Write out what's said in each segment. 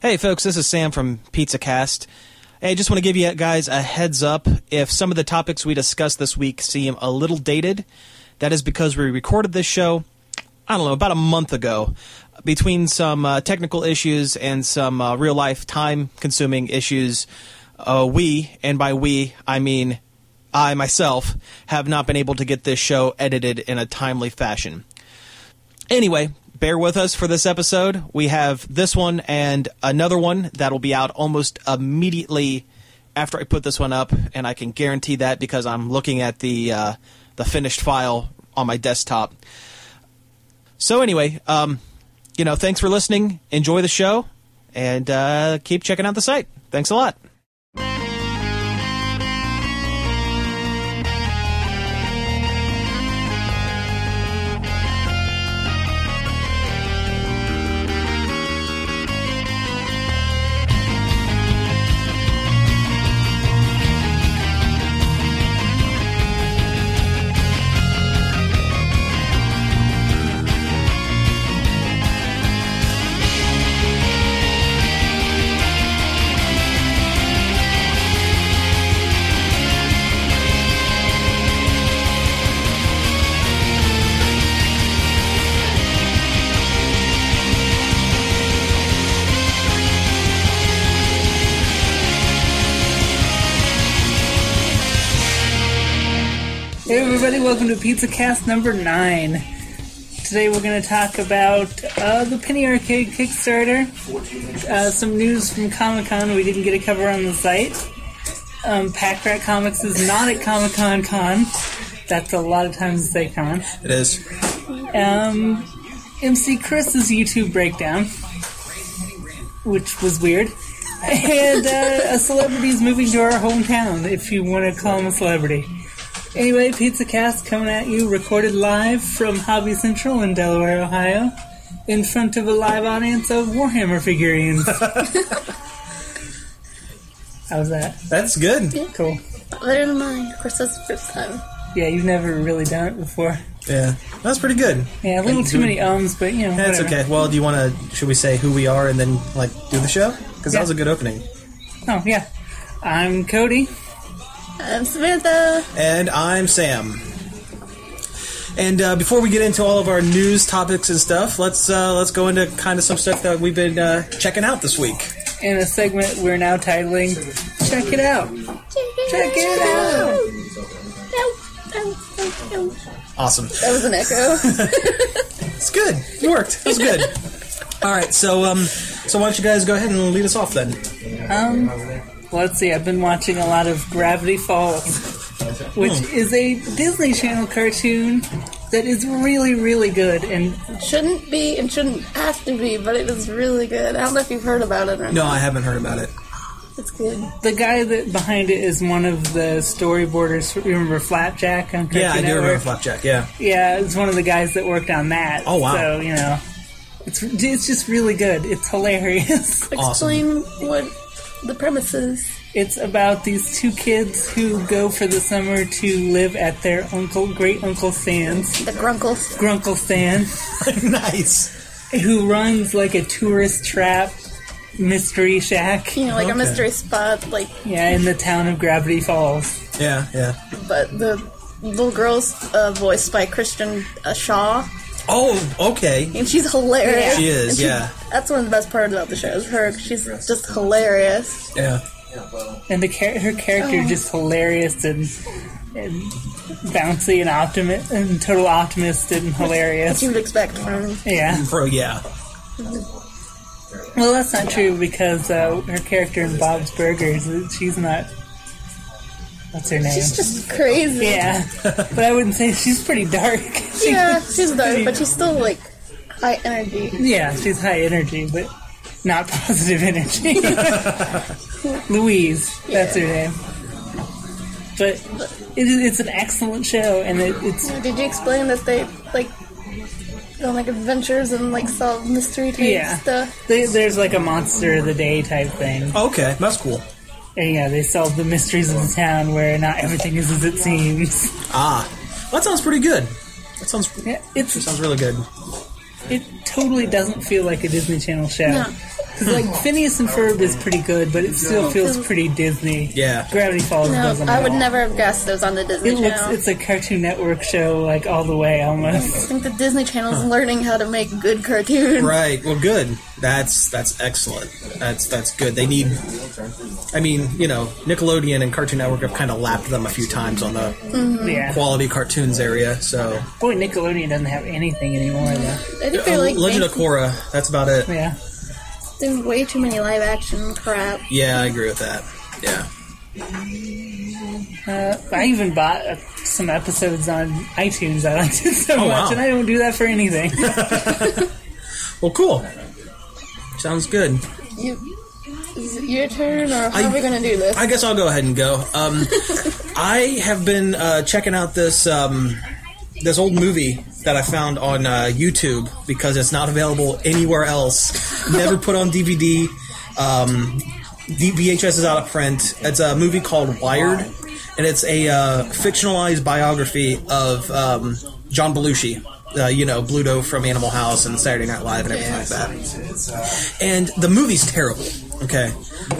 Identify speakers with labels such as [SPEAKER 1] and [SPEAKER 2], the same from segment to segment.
[SPEAKER 1] Hey, folks, this is Sam from PizzaCast. Hey, I just want to give you guys a heads up. If some of the topics we discussed this week seem a little dated, that is because we recorded this show, I don't know, about a month ago. Between some uh, technical issues and some uh, real life time consuming issues, uh, we, and by we, I mean I myself, have not been able to get this show edited in a timely fashion. Anyway, bear with us for this episode. We have this one and another one that'll be out almost immediately after I put this one up, and I can guarantee that because I'm looking at the uh, the finished file on my desktop. So anyway, um, you know, thanks for listening. Enjoy the show, and uh, keep checking out the site. Thanks a lot.
[SPEAKER 2] Hey everybody, welcome to Pizza Cast number 9. Today we're going to talk about uh, the Penny Arcade Kickstarter, uh, some news from Comic Con we didn't get a cover on the site, um, Pack Rat Comics is not at Comic Con Con, that's a lot of times to say con,
[SPEAKER 1] It is.
[SPEAKER 2] um, MC Chris's YouTube breakdown, which was weird, and uh, a celebrity's moving to our hometown, if you want to call him a celebrity. Anyway, Pizza Cast coming at you, recorded live from Hobby Central in Delaware, Ohio, in front of a live audience of Warhammer figurines. How's that?
[SPEAKER 1] That's good.
[SPEAKER 2] Cool.
[SPEAKER 3] Better than mine. Of course, that's the first time.
[SPEAKER 2] Yeah, you've never really done it before.
[SPEAKER 1] Yeah, that's pretty good.
[SPEAKER 2] Yeah, a little too many ums, but you know.
[SPEAKER 1] That's
[SPEAKER 2] whatever.
[SPEAKER 1] okay. Well, do you want to? Should we say who we are and then like do the show? Because that
[SPEAKER 2] Yeah.
[SPEAKER 1] was a good opening.
[SPEAKER 2] Oh yeah, I'm Cody.
[SPEAKER 3] I'm Samantha.
[SPEAKER 1] And I'm Sam. And uh, before we get into all of our news topics and stuff, let's uh, let's go into kind of some stuff that we've been uh, checking out this week.
[SPEAKER 2] in a segment we're now titling Check It Out. Check it out.
[SPEAKER 1] Awesome.
[SPEAKER 3] That was an echo.
[SPEAKER 1] It's good. It worked. It was good. all right. So um, so why don't you guys go ahead and lead us off then?
[SPEAKER 2] Um, let's see, I've been watching a lot of Gravity Falls, which is a Disney Channel cartoon that is really, really good. And
[SPEAKER 3] shouldn't be and shouldn't have to be, but it is really good. I don't know if you've heard about it or
[SPEAKER 1] No,
[SPEAKER 3] not.
[SPEAKER 1] I haven't heard about it.
[SPEAKER 3] It's good.
[SPEAKER 2] the guy that behind it is one of the storyboarders. Remember Flapjack on Cartoon
[SPEAKER 1] Yeah, I do remember
[SPEAKER 2] Network?
[SPEAKER 1] Flapjack. Yeah.
[SPEAKER 2] Yeah, it's one of the guys that worked on that.
[SPEAKER 1] Oh, wow.
[SPEAKER 2] So, you know. It's, it's just really good. It's hilarious.
[SPEAKER 3] Explain what the premise is.
[SPEAKER 2] It's about these two kids who go for the summer to live at their uncle, great uncle Stan's,
[SPEAKER 3] The Grunkles.
[SPEAKER 2] Grunkle Stan,
[SPEAKER 1] nice.
[SPEAKER 2] who runs like a tourist trap mystery shack.
[SPEAKER 3] You know, like a
[SPEAKER 1] Okay.
[SPEAKER 3] mystery spot, like,
[SPEAKER 2] Yeah, in the town of Gravity Falls.
[SPEAKER 1] Yeah. Yeah.
[SPEAKER 3] but the little girl's uh, voiced by Christian uh, Shaw,
[SPEAKER 1] Oh. Okay.
[SPEAKER 3] and she's hilarious.
[SPEAKER 2] Yeah.
[SPEAKER 1] She is.
[SPEAKER 3] And she-
[SPEAKER 1] Yeah.
[SPEAKER 3] That's one of the best parts about the show is her. She's just hilarious.
[SPEAKER 1] Yeah.
[SPEAKER 2] And the char- her character is just hilarious and, and bouncy and optimist and total optimist and hilarious.
[SPEAKER 3] You would expect from
[SPEAKER 2] Yeah.
[SPEAKER 1] Pro. Yeah.
[SPEAKER 2] Well, that's not true because uh, her character in Bob's Burgers, she's not. What's her name?
[SPEAKER 3] She's just crazy.
[SPEAKER 2] Yeah, but I wouldn't say she's pretty dark. She-
[SPEAKER 3] Yeah, she's dark, but she's still like high energy.
[SPEAKER 2] yeah, she's high energy, but not positive energy. Louise, that's her name. But it, is- it's an excellent show, and it, it's
[SPEAKER 3] Did you explain that they like go on like adventures and like solve mystery type
[SPEAKER 2] yeah.
[SPEAKER 3] stuff?
[SPEAKER 2] They, there's like a monster of the day type thing,
[SPEAKER 1] Okay. That's cool.
[SPEAKER 2] and yeah, they solve the mysteries of the town where not everything is as it seems.
[SPEAKER 1] Ah. That sounds pretty good. That sounds.
[SPEAKER 2] Yeah,
[SPEAKER 1] It
[SPEAKER 2] it's
[SPEAKER 1] sounds really good.
[SPEAKER 2] it totally doesn't feel like a Disney Channel show.
[SPEAKER 3] No.
[SPEAKER 2] Because like Phineas and Ferb is pretty good, but it still feels pretty Disney.
[SPEAKER 1] Yeah.
[SPEAKER 2] Gravity Falls
[SPEAKER 3] No,
[SPEAKER 2] doesn't.
[SPEAKER 3] I
[SPEAKER 2] at
[SPEAKER 3] would
[SPEAKER 2] all.
[SPEAKER 3] never have guessed it was on the Disney
[SPEAKER 2] It looks
[SPEAKER 3] Channel.
[SPEAKER 2] it's a Cartoon Network show like all the way
[SPEAKER 3] I
[SPEAKER 2] almost.
[SPEAKER 3] think the Disney Channel's learning how to make good cartoons.
[SPEAKER 1] Right. Well, good. That's that's excellent. That's that's good. They need. I mean, you know, Nickelodeon and Cartoon Network have kind of lapped them a few times on the
[SPEAKER 3] Mm-hmm.
[SPEAKER 2] Yeah.
[SPEAKER 1] quality cartoons area. So
[SPEAKER 2] Boy, Nickelodeon doesn't have anything anymore though.
[SPEAKER 3] I think they're like
[SPEAKER 1] Legend of
[SPEAKER 3] making-
[SPEAKER 1] Korra. That's about it.
[SPEAKER 2] Yeah.
[SPEAKER 3] there's way too many live action crap.
[SPEAKER 1] Yeah, I agree with that. Yeah.
[SPEAKER 2] Uh, I even bought uh, some episodes on iTunes. I liked it so
[SPEAKER 1] Oh,
[SPEAKER 2] much,
[SPEAKER 1] wow.
[SPEAKER 2] and I don't do that for anything.
[SPEAKER 1] Well, cool. Sounds good.
[SPEAKER 3] You, is it your turn, or how are we gonna do this?
[SPEAKER 1] I guess I'll go ahead and go. Um, I have been uh, checking out this um, this old movie that I found on uh, YouTube because it's not available anywhere else. Never put on DVD. Um, the VHS is out of print. It's a movie called Wired, and it's a uh, fictionalized biography of um, John Belushi. Uh, you know, Bluto from Animal House and Saturday Night Live and everything like that and the movie's terrible. Okay,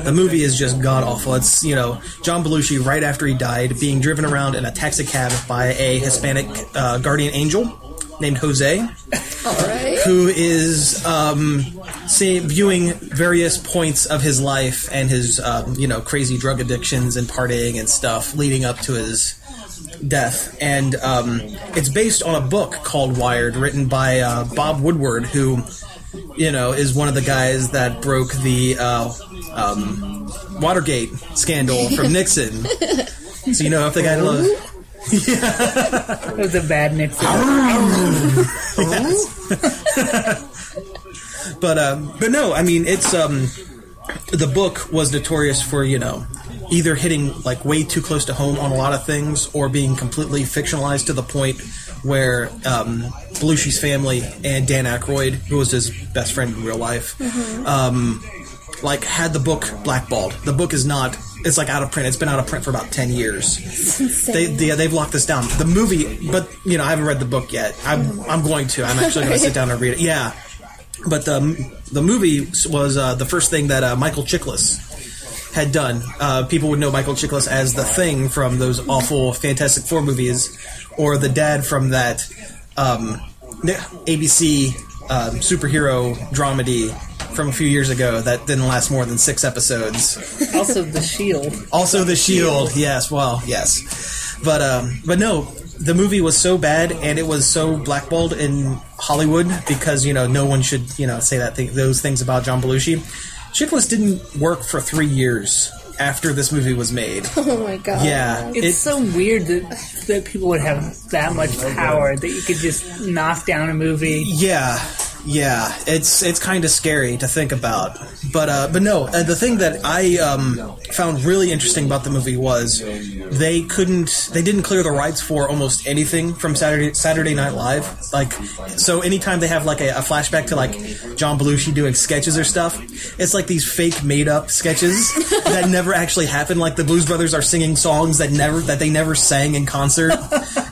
[SPEAKER 1] the movie is just god awful. It's you know John Belushi right after he died being driven around in a taxi cab by a Hispanic uh, guardian angel named Jose
[SPEAKER 3] All right.
[SPEAKER 1] who is um, say, viewing various points of his life and his um, you know crazy drug addictions and partying and stuff leading up to his death and um, it's based on a book called wired written by uh, bob woodward who you know is one of the guys that broke the uh, um, watergate scandal from nixon so you know if the guy loves
[SPEAKER 2] It was a bad Nixon.
[SPEAKER 1] but um, but no, I mean it's um, the book was notorious for you know either hitting like way too close to home on a lot of things or being completely fictionalized to the point where um, Belushi's family and Dan Aykroyd, who was his best friend in real life, um, like had the book blackballed. The book is not. It's like out of print. It's been out of print for about ten years they,
[SPEAKER 3] Insane.
[SPEAKER 1] they yeah, they've locked this down. The movie, but you know, I haven't read the book yet. I'm I'm going to. I'm actually going to sit down and read it. Yeah, but the the movie was uh, the first thing that uh, Michael Chiklis had done. Uh, people would know Michael Chiklis as the Thing from those awful Fantastic Four movies, or the dad from that um, ABC um, superhero dramedy from a few years ago that didn't last more than six episodes.
[SPEAKER 2] also, The Shield.
[SPEAKER 1] Also, the shield. Yes. Well, yes. But um, but no, the movie was so bad, and it was so blackballed in Hollywood because you know no one should you know say that thing, those things about John Belushi. Chickless didn't work for three years after this movie was made.
[SPEAKER 3] Oh my god.
[SPEAKER 1] Yeah,
[SPEAKER 2] It's
[SPEAKER 1] it-
[SPEAKER 2] so weird that that people would have that much power that you could just knock down a movie.
[SPEAKER 1] Yeah, yeah, it's it's kind of scary to think about, but uh, but no, uh, the thing that I um, found really interesting about the movie was they couldn't, they didn't clear the rights for almost anything from Saturday Saturday Night Live. Like, so anytime they have like a, a flashback to like John Belushi doing sketches or stuff, it's like these fake made up sketches that never actually happened. Like the Blues Brothers are singing songs that never that they never sang in concert,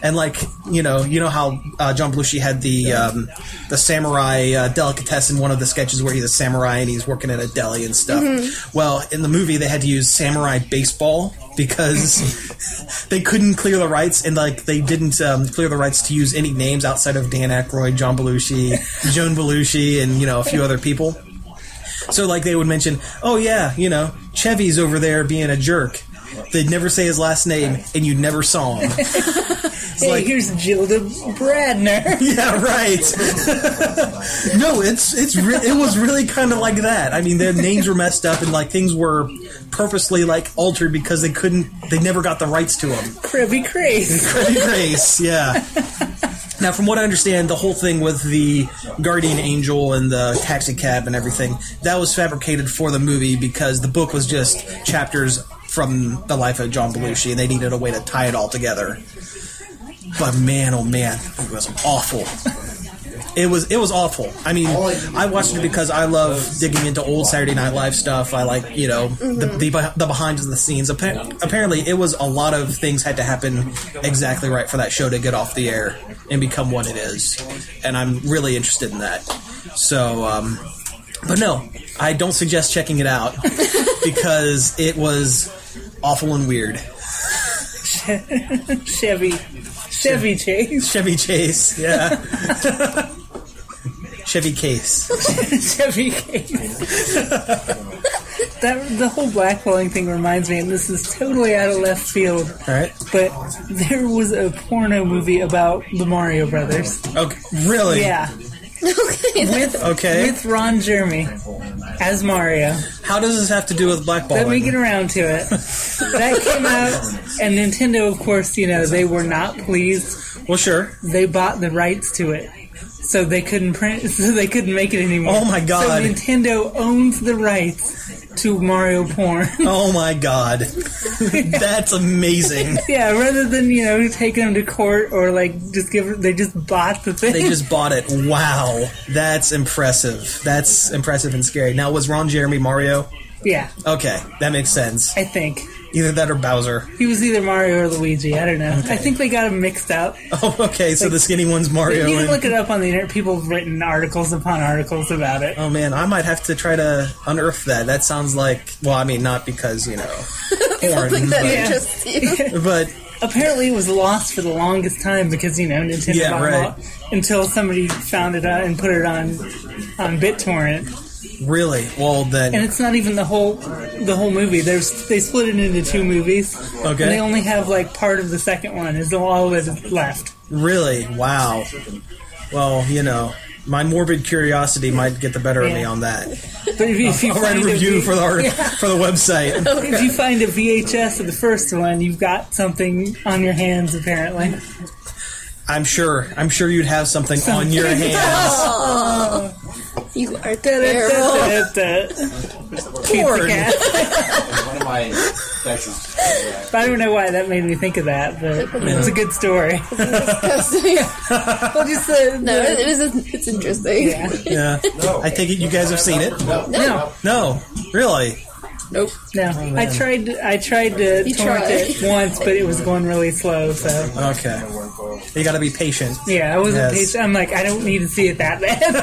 [SPEAKER 1] and like you know you know how uh, John Belushi had the um, the samurai uh, delicatessen one of the sketches where he's a samurai and he's working at a deli and stuff. Well, in the movie they had to use samurai baseball because they couldn't clear the rights and like they didn't um, clear the rights to use any names outside of Dan Aykroyd, John Belushi, Joan Belushi, and you know a few other people. So like they would mention, oh yeah, you know Chevy's over there being a jerk. They'd never say his last name, and you never saw him.
[SPEAKER 2] Hey,
[SPEAKER 1] like-
[SPEAKER 2] here's Gilda Bradner.
[SPEAKER 1] yeah, right. no, it's it's re- it was really kind of like that. I mean, their names were messed up, and like things were purposely like altered because they couldn't, they never got the rights to them.
[SPEAKER 2] Krabby Craze.
[SPEAKER 1] Freddie Grace, yeah. Now, from what I understand, the whole thing with the guardian angel and the taxi cab and everything that was fabricated for the movie because the book was just chapters from the life of John Belushi, and they needed a way to tie it all together. But man, oh man, it was awful. It was it was awful. I mean, I watched it because I love digging into old Saturday Night Live stuff. I like you know the the, beh- the behind the scenes. Appa- apparently, it was a lot of things had to happen exactly right for that show to get off the air and become what it is. And I'm really interested in that. So um, But no, I don't suggest checking it out because it was awful and weird.
[SPEAKER 2] Chevy, Chevy Chase,
[SPEAKER 1] Chevy Chase, yeah. Chevy Case.
[SPEAKER 2] Chevy Chase. that the whole blackballing thing reminds me, and this is totally out of left field.
[SPEAKER 1] All right.
[SPEAKER 2] But there was a porno movie about the Mario Brothers.
[SPEAKER 1] Okay. Really?
[SPEAKER 2] Yeah,
[SPEAKER 3] okay.
[SPEAKER 2] with
[SPEAKER 1] Okay.
[SPEAKER 2] with Ron Jeremy as Mario.
[SPEAKER 1] How does this have to do with blackballing?
[SPEAKER 2] Let me get around to it. That came out, and Nintendo, of course, you know they were not pleased.
[SPEAKER 1] well, sure.
[SPEAKER 2] They bought the rights to it, so they couldn't print, so they couldn't make it anymore.
[SPEAKER 1] Oh my God.
[SPEAKER 2] So Nintendo owns the rights to Mario porn.
[SPEAKER 1] Oh my god. That's amazing.
[SPEAKER 2] yeah, rather than you know taking them to court or like just give, they just bought the thing.
[SPEAKER 1] They just bought it. Wow. That's impressive. That's impressive and scary. Now, was Ron Jeremy Mario?
[SPEAKER 2] yeah,
[SPEAKER 1] Okay, that makes sense.
[SPEAKER 2] I think
[SPEAKER 1] Either that or Bowser.
[SPEAKER 2] he was either Mario or Luigi. I don't know. I think they got him mixed up.
[SPEAKER 1] Oh, okay, so the skinny one's Mario.
[SPEAKER 2] You can
[SPEAKER 1] and-
[SPEAKER 2] look it up on the internet. People have written articles upon articles about it.
[SPEAKER 1] oh man, I might have to try to unearth that. That sounds like, well, I mean, not because, you know, porn,
[SPEAKER 3] Something that
[SPEAKER 1] but,
[SPEAKER 3] interests you.
[SPEAKER 1] but
[SPEAKER 2] Apparently, it was lost for the longest time because you know Nintendo
[SPEAKER 1] Yeah,
[SPEAKER 2] bought it
[SPEAKER 1] right.
[SPEAKER 2] out until somebody found it out and put it on on BitTorrent.
[SPEAKER 1] really, well,
[SPEAKER 2] And
[SPEAKER 1] then,
[SPEAKER 2] it's not even the whole the whole movie. There's they split it into two movies.
[SPEAKER 1] Okay.
[SPEAKER 2] And they only have like part of the second one is all that is left.
[SPEAKER 1] really, wow. Well, you know, my morbid curiosity might get the better of me
[SPEAKER 2] Yeah.
[SPEAKER 1] on that.
[SPEAKER 2] But if, if you
[SPEAKER 1] I'll write
[SPEAKER 2] find
[SPEAKER 1] a
[SPEAKER 2] a
[SPEAKER 1] review
[SPEAKER 2] V-
[SPEAKER 1] for the, for the website.
[SPEAKER 2] If you find a VHS of the first one, you've got something on your hands apparently.
[SPEAKER 1] I'm sure. I'm sure you'd have something on your hands.
[SPEAKER 3] you are terrible.
[SPEAKER 2] Pizza
[SPEAKER 1] Porn.
[SPEAKER 2] cat.
[SPEAKER 4] One of my exes.
[SPEAKER 2] I don't know why that made me think of that, but it's a good story. well, just the,
[SPEAKER 3] no, it it is. It's interesting.
[SPEAKER 2] yeah.
[SPEAKER 1] Yeah. Oh, I think you guys have seen it.
[SPEAKER 2] No,
[SPEAKER 1] No, really.
[SPEAKER 3] Nope.
[SPEAKER 2] no. I tried. I tried to
[SPEAKER 3] You
[SPEAKER 2] torrent
[SPEAKER 3] tried.
[SPEAKER 2] it once, but it was going really slow. So
[SPEAKER 1] Okay. You got to be patient.
[SPEAKER 2] yeah, I wasn't.
[SPEAKER 1] Yes.
[SPEAKER 2] patient. I'm like, I don't need to see it that bad.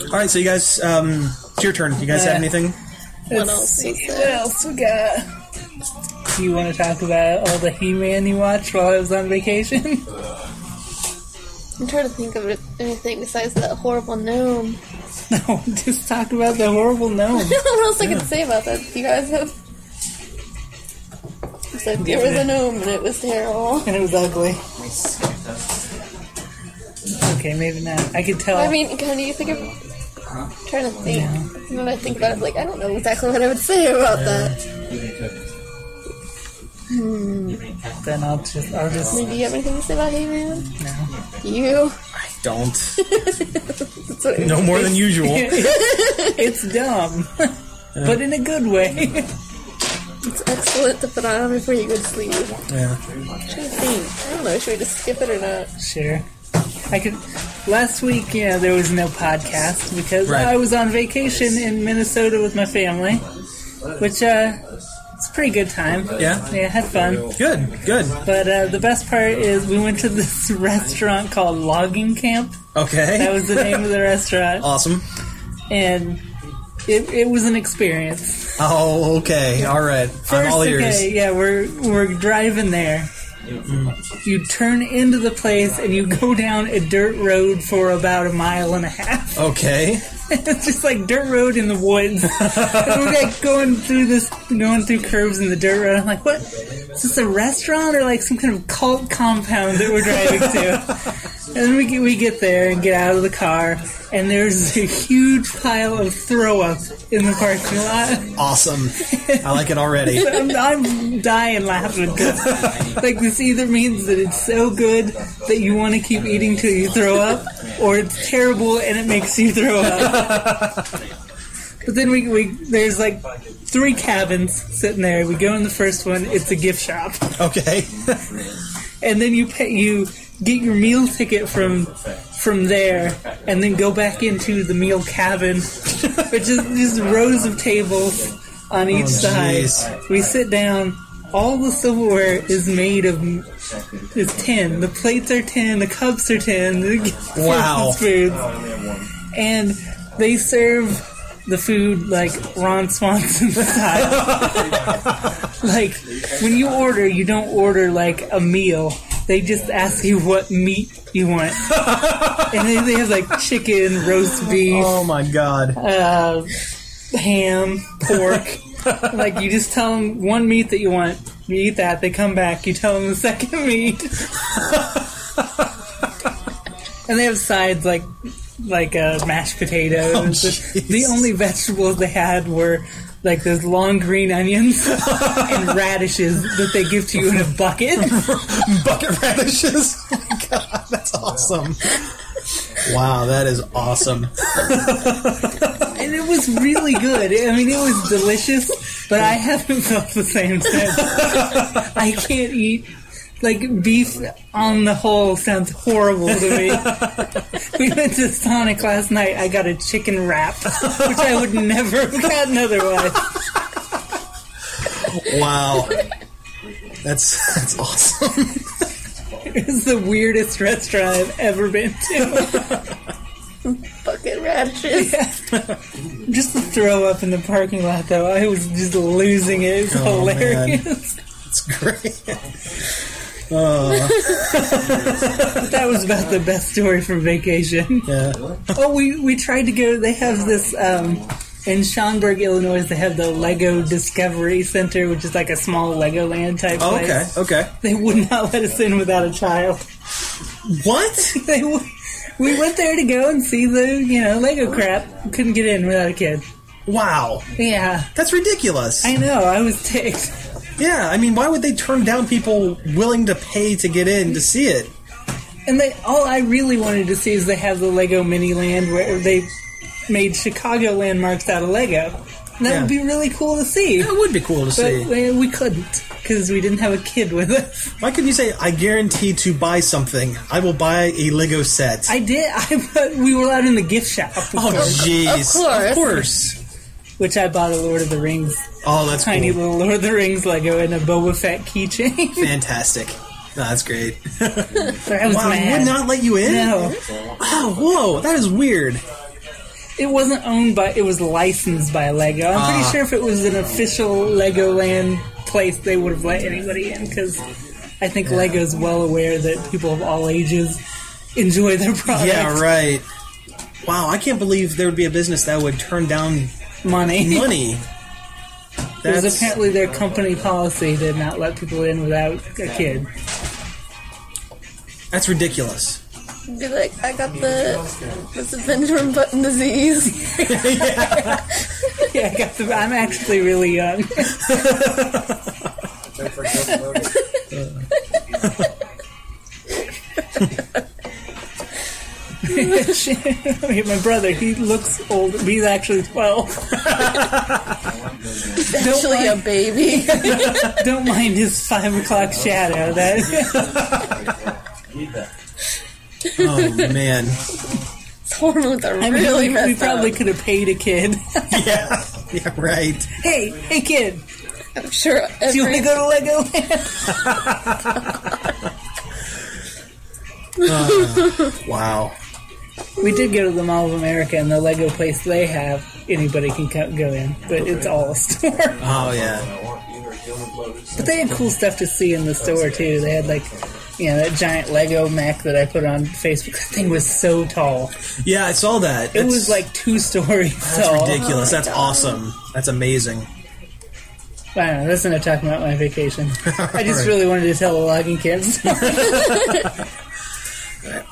[SPEAKER 1] All right. So you guys, um, it's your turn. You guys have anything?
[SPEAKER 3] What else was
[SPEAKER 2] what
[SPEAKER 3] there?
[SPEAKER 2] else we got? Do you want to talk about all the He-Man you watched while I was on vacation?
[SPEAKER 3] I'm trying to think of it- anything besides that horrible gnome.
[SPEAKER 2] no, just talk about the horrible gnome.
[SPEAKER 3] what else I can say about that? You guys have. It's like, there was a gnome and it was terrible.
[SPEAKER 2] and it was ugly. Okay, maybe not. I could tell.
[SPEAKER 3] I mean, kind of. You think of trying to think. When I think about it, like I don't know exactly what I would say about that.
[SPEAKER 2] then I'll just, I'll just.
[SPEAKER 3] I mean, do you have anything to say about Hey Man? No. You?
[SPEAKER 1] I don't.
[SPEAKER 3] That's what it-
[SPEAKER 1] No more than usual.
[SPEAKER 2] It's dumb, but in a good way.
[SPEAKER 3] It's excellent to put on before you go to sleep.
[SPEAKER 1] Yeah.
[SPEAKER 3] Trying to think. I don't know. Should we just skip it or not?
[SPEAKER 2] sure. I could. Last week, you know, there was no podcast because
[SPEAKER 1] Right.
[SPEAKER 2] I was on vacation in Minnesota with my family, which uh, it's a pretty good time.
[SPEAKER 1] Yeah.
[SPEAKER 2] Yeah, had fun.
[SPEAKER 1] Good. Good.
[SPEAKER 2] But uh, the best part is we went to this restaurant called Logging Camp. That
[SPEAKER 1] Okay.
[SPEAKER 2] was the name of the restaurant.
[SPEAKER 1] Awesome.
[SPEAKER 2] and it, it was an experience.
[SPEAKER 1] Oh, okay. All right. I'm
[SPEAKER 2] First,
[SPEAKER 1] all ears.
[SPEAKER 2] okay, yeah, we're we're driving there. You turn into the place and you go down a dirt road for about a mile and a half.
[SPEAKER 1] Okay.
[SPEAKER 2] it's just like dirt road in the woods. and we're like going through this, going through curves in the dirt road. I'm like, what? Is this a restaurant or like some kind of cult compound that we're driving to? and then we get, we get there and get out of the car, and there's a huge pile of throw up in the parking lot.
[SPEAKER 1] Awesome. I like it already.
[SPEAKER 2] I'm, I'm dying laughing because, like, this either means that it's so good that you want to keep eating till you throw up, or it's terrible and it makes you throw up. But then we, we there's like three cabins sitting there. We go in the first one. It's a gift shop,
[SPEAKER 1] Okay.
[SPEAKER 2] and then you pay, you get your meal ticket from from there, and then go back into the meal cabin, which is these rows of tables on each side.
[SPEAKER 1] Oh, jeez.
[SPEAKER 2] We sit down. All the silverware is made of is tin. The plates are tin. The cups are tin. The
[SPEAKER 1] Wow.
[SPEAKER 2] foods. and they serve the food like Ron Swanson style. like when you order, you don't order like a meal. They just ask you what meat you want, and then they have like chicken, roast beef,
[SPEAKER 1] Oh my god.
[SPEAKER 2] uh, ham, pork. like you just tell them one meat that you want. You eat that. They come back. You tell them the second meat. and they have sides like like uh, mashed potatoes. the only vegetables they had were like those long green onions and radishes that they give to you in a bucket.
[SPEAKER 1] Bucket radishes. Oh god, that's awesome. Wow, that is awesome.
[SPEAKER 2] And it was really good. I mean, it was delicious, but I haven't felt the same since. I can't eat. Like, beef on the whole sounds horrible to me. we went to Sonic last night. I got a chicken wrap, which I would never have gotten otherwise.
[SPEAKER 1] Wow. That's that's awesome.
[SPEAKER 2] It's the weirdest restaurant I've ever been to.
[SPEAKER 3] Fucking radishes.
[SPEAKER 2] Just the throw up in the parking lot, though. I was just losing it. It's
[SPEAKER 1] Oh, man.
[SPEAKER 2] hilarious.
[SPEAKER 1] It's great.
[SPEAKER 2] That was about the best story from vacation.
[SPEAKER 1] Yeah.
[SPEAKER 2] Oh, we, we tried to go. They have this um, in Schaumburg, Illinois. They have the Lego Discovery Center, which is like a small Legoland type
[SPEAKER 1] Oh,
[SPEAKER 2] place.
[SPEAKER 1] okay. Okay.
[SPEAKER 2] They would not let us in without a child.
[SPEAKER 1] What?
[SPEAKER 2] They w- we went there to go and see the you know Lego crap. Couldn't get in without a kid.
[SPEAKER 1] Wow.
[SPEAKER 2] Yeah,
[SPEAKER 1] That's ridiculous.
[SPEAKER 2] I know. I was ticked.
[SPEAKER 1] yeah, I mean, why would they turn down people willing to pay to get in to see it?
[SPEAKER 2] And they all I really wanted to see is they have the Lego Mini Land where they made Chicago landmarks out of Lego. And that
[SPEAKER 1] Yeah.
[SPEAKER 2] would be really cool to see.
[SPEAKER 1] That would be cool to
[SPEAKER 2] But
[SPEAKER 1] see.
[SPEAKER 2] uh, we couldn't because we didn't have a kid with us.
[SPEAKER 1] Why couldn't you say, I guarantee to buy something? I will buy a Lego set.
[SPEAKER 2] I did. I but we were out in the gift shop, of
[SPEAKER 1] oh,
[SPEAKER 2] course,
[SPEAKER 1] jeez.
[SPEAKER 3] Of course.
[SPEAKER 1] Of course.
[SPEAKER 2] which I bought a Lord of the Rings,
[SPEAKER 1] Oh, that's
[SPEAKER 2] tiny
[SPEAKER 1] cool.
[SPEAKER 2] little Lord of the Rings Lego, and a Boba Fett keychain.
[SPEAKER 1] Fantastic. No, that's great.
[SPEAKER 2] I was
[SPEAKER 1] Wow, they
[SPEAKER 2] mad.
[SPEAKER 1] would not let you in?
[SPEAKER 2] no,
[SPEAKER 1] Oh, whoa, that is weird.
[SPEAKER 2] it wasn't owned by. It was licensed by Lego. I'm
[SPEAKER 1] Ah.
[SPEAKER 2] pretty sure if it was an official Legoland place, they would have let anybody in because I think Lego's well aware that people of all ages enjoy their product.
[SPEAKER 1] Yeah, right. Wow, I can't believe there would be a business that would turn down
[SPEAKER 2] Money.
[SPEAKER 1] money.
[SPEAKER 2] It was
[SPEAKER 1] That's,
[SPEAKER 2] apparently their company policy to not let people in without a kid.
[SPEAKER 1] that's ridiculous.
[SPEAKER 3] Be like, I got the this is Benjamin Button disease.
[SPEAKER 2] Yeah, I got the, I'm actually really young. I mean, my brother, he looks old. but He's actually 12. don't,
[SPEAKER 3] Actually, a
[SPEAKER 2] mind,
[SPEAKER 3] baby.
[SPEAKER 2] don't mind his 5 o'clock shadow. That,
[SPEAKER 1] Oh, man.
[SPEAKER 3] Hormones are
[SPEAKER 2] I mean,
[SPEAKER 3] really
[SPEAKER 2] we,
[SPEAKER 3] messed
[SPEAKER 2] we probably
[SPEAKER 3] up.
[SPEAKER 2] could have paid a kid.
[SPEAKER 1] Yeah, yeah, right.
[SPEAKER 2] hey, hey, kid,
[SPEAKER 3] I'm sure
[SPEAKER 2] do you want to
[SPEAKER 3] every
[SPEAKER 2] go to Legoland?
[SPEAKER 1] Wow.
[SPEAKER 2] We did go to the Mall of America, and the Lego place they have, anybody can co- go in, but it's all a store. But
[SPEAKER 1] Oh, yeah.
[SPEAKER 2] they had cool stuff to see in the store too. They had like, you know, that giant Lego mech that I put on Facebook. That thing was so tall;
[SPEAKER 1] Yeah, I saw that.
[SPEAKER 2] it was like oh two stories
[SPEAKER 1] That's
[SPEAKER 2] tall.
[SPEAKER 1] ridiculous. That's awesome. That's amazing.
[SPEAKER 2] I don't know. That's enough talking about my vacation. I just
[SPEAKER 1] Right.
[SPEAKER 2] really wanted to tell the logging kids.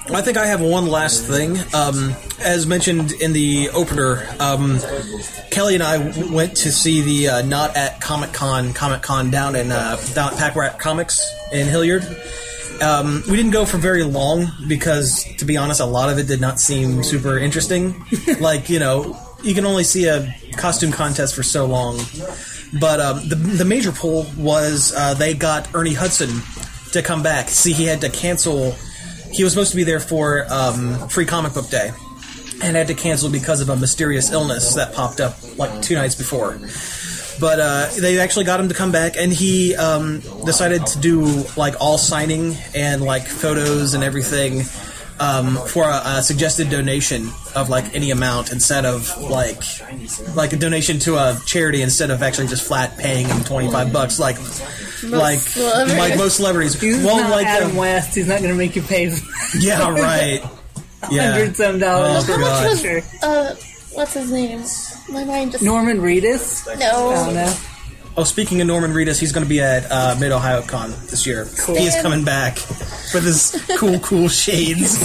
[SPEAKER 1] I think I have one last thing. Um, as mentioned in the opener, um, Kelly and I w- went to see the uh, Not at Comic Con Comic Con down in uh, down at Pack Rat Comics in Hilliard. Um, we didn't go for very long because, to be honest, a lot of it did not seem super interesting. like you know, you can only see a costume contest for so long. But um, the the major pull was uh, they got Ernie Hudson to come back. See, he had to cancel. He was supposed to be there for um, Free Comic Book Day, and had to cancel because of a mysterious illness that popped up like two nights before. But uh, they actually got him to come back, and he um, decided to do like all signing and like photos and everything um, for a, a suggested donation of like any amount instead of like like a donation to a charity instead of actually just flat paying him twenty five bucks like like
[SPEAKER 3] celebrities.
[SPEAKER 1] like most celebrities.
[SPEAKER 2] He's
[SPEAKER 1] Well,
[SPEAKER 2] not
[SPEAKER 1] like
[SPEAKER 2] Adam
[SPEAKER 1] um,
[SPEAKER 2] West. He's not going to make you pay
[SPEAKER 1] yeah, right. Yeah.
[SPEAKER 2] hundred some dollars.
[SPEAKER 1] Oh,
[SPEAKER 2] for
[SPEAKER 1] God.
[SPEAKER 2] a picture.
[SPEAKER 3] Uh, what's his name? My mind just
[SPEAKER 2] Norman Reedus.
[SPEAKER 3] no.
[SPEAKER 2] I don't know.
[SPEAKER 1] Oh, speaking of Norman Reedus, he's going to be at uh, Mid Ohio Con this year. He is
[SPEAKER 3] Stan.
[SPEAKER 1] coming back with his cool, cool shades.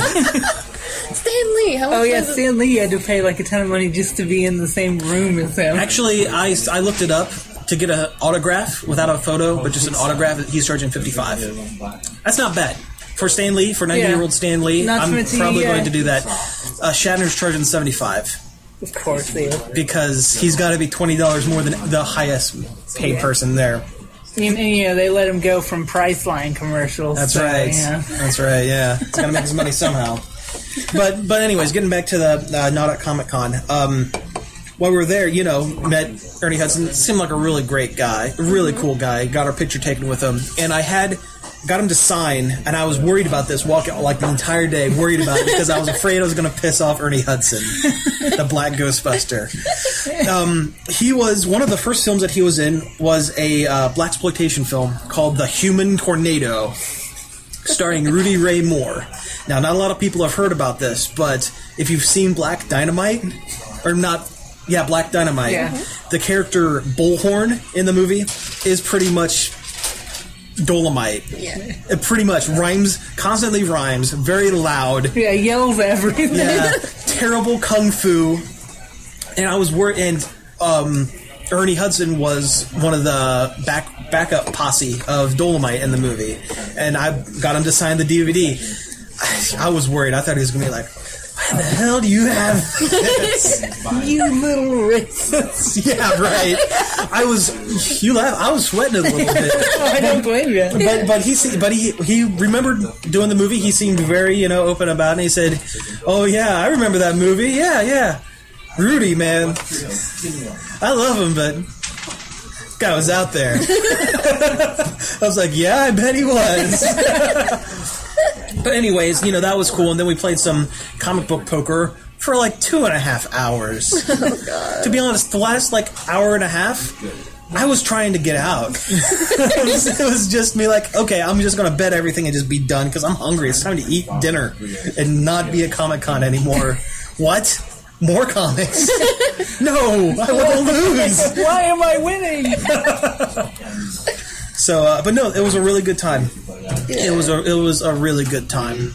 [SPEAKER 3] Stan Lee. How much
[SPEAKER 2] Oh yeah,
[SPEAKER 3] was it?
[SPEAKER 2] Stan Lee had to pay like a ton of money just to be in the same room as him.
[SPEAKER 1] Actually, I, I looked it up to get an autograph without a photo, but just an autograph. He's charging fifty five. That's not bad for Stan Lee for ninety
[SPEAKER 2] Yeah.
[SPEAKER 1] year old Stan Lee.
[SPEAKER 2] Not
[SPEAKER 1] I'm
[SPEAKER 2] to mention,
[SPEAKER 1] probably
[SPEAKER 2] yeah.
[SPEAKER 1] going to do that. Uh, Shatner's charging seventy five
[SPEAKER 2] Of course they were.
[SPEAKER 1] because he's got to be twenty dollars more than the highest paid person there.
[SPEAKER 2] You know, you know, they let him go from Priceline commercials.
[SPEAKER 1] That's
[SPEAKER 2] so,
[SPEAKER 1] right.
[SPEAKER 2] Yeah.
[SPEAKER 1] That's right. Yeah, it's got to make his money somehow. But but anyways, getting back to the uh, not at Comic Con. Um, while we were there, you know, met Ernie Hudson. Seemed like a really great guy, a really cool guy. Got our picture taken with him, and I had got him to sign. And I was worried about this walking like the entire day, worried about it because I was afraid I was going to piss off Ernie Hudson, the Black Ghostbuster. Um, he was one of the first films that he was in was a uh, black exploitation film called The Human Tornado starring Rudy Ray Moore. Now, not a lot of people have heard about this, but if you've seen Black Dynamite, or not, yeah, Black Dynamite,
[SPEAKER 2] Yeah.
[SPEAKER 1] the character Bullhorn in the movie is pretty much Dolomite.
[SPEAKER 3] Yeah.
[SPEAKER 1] It pretty much rhymes, constantly rhymes, very loud.
[SPEAKER 2] Yeah, yells everything.
[SPEAKER 1] Yeah, terrible kung fu. And I was worried, and um, Ernie Hudson was one of the back backup posse of Dolomite in the movie, and I got him to sign the DVD. I, I was worried. I thought he was going to be like, "Why the hell do you have?"
[SPEAKER 2] You little racist.
[SPEAKER 1] yeah, right. I was. You laugh. I was sweating a little bit.
[SPEAKER 2] I don't blame you.
[SPEAKER 1] but but he se- but he he remembered doing the movie. He seemed very you know open about it. And he said, "Oh yeah, I remember that movie. Yeah, yeah, Rudy man, I love him, but guy was out there." I was like, "Yeah, I bet he was." but anyways, you know that was cool. And then we played some comic book poker. For like two and a half hours. To be honest, the last like hour and a half, I was trying to get out. it, was, it was just me like, okay, I'm just gonna bet everything and just be done because I'm hungry. It's time to eat dinner and not be a Comic Con anymore. what? More comics? no, I want to lose.
[SPEAKER 2] Why am I winning?
[SPEAKER 1] So, uh, but no, it was a really good time. It was a it was a really good time.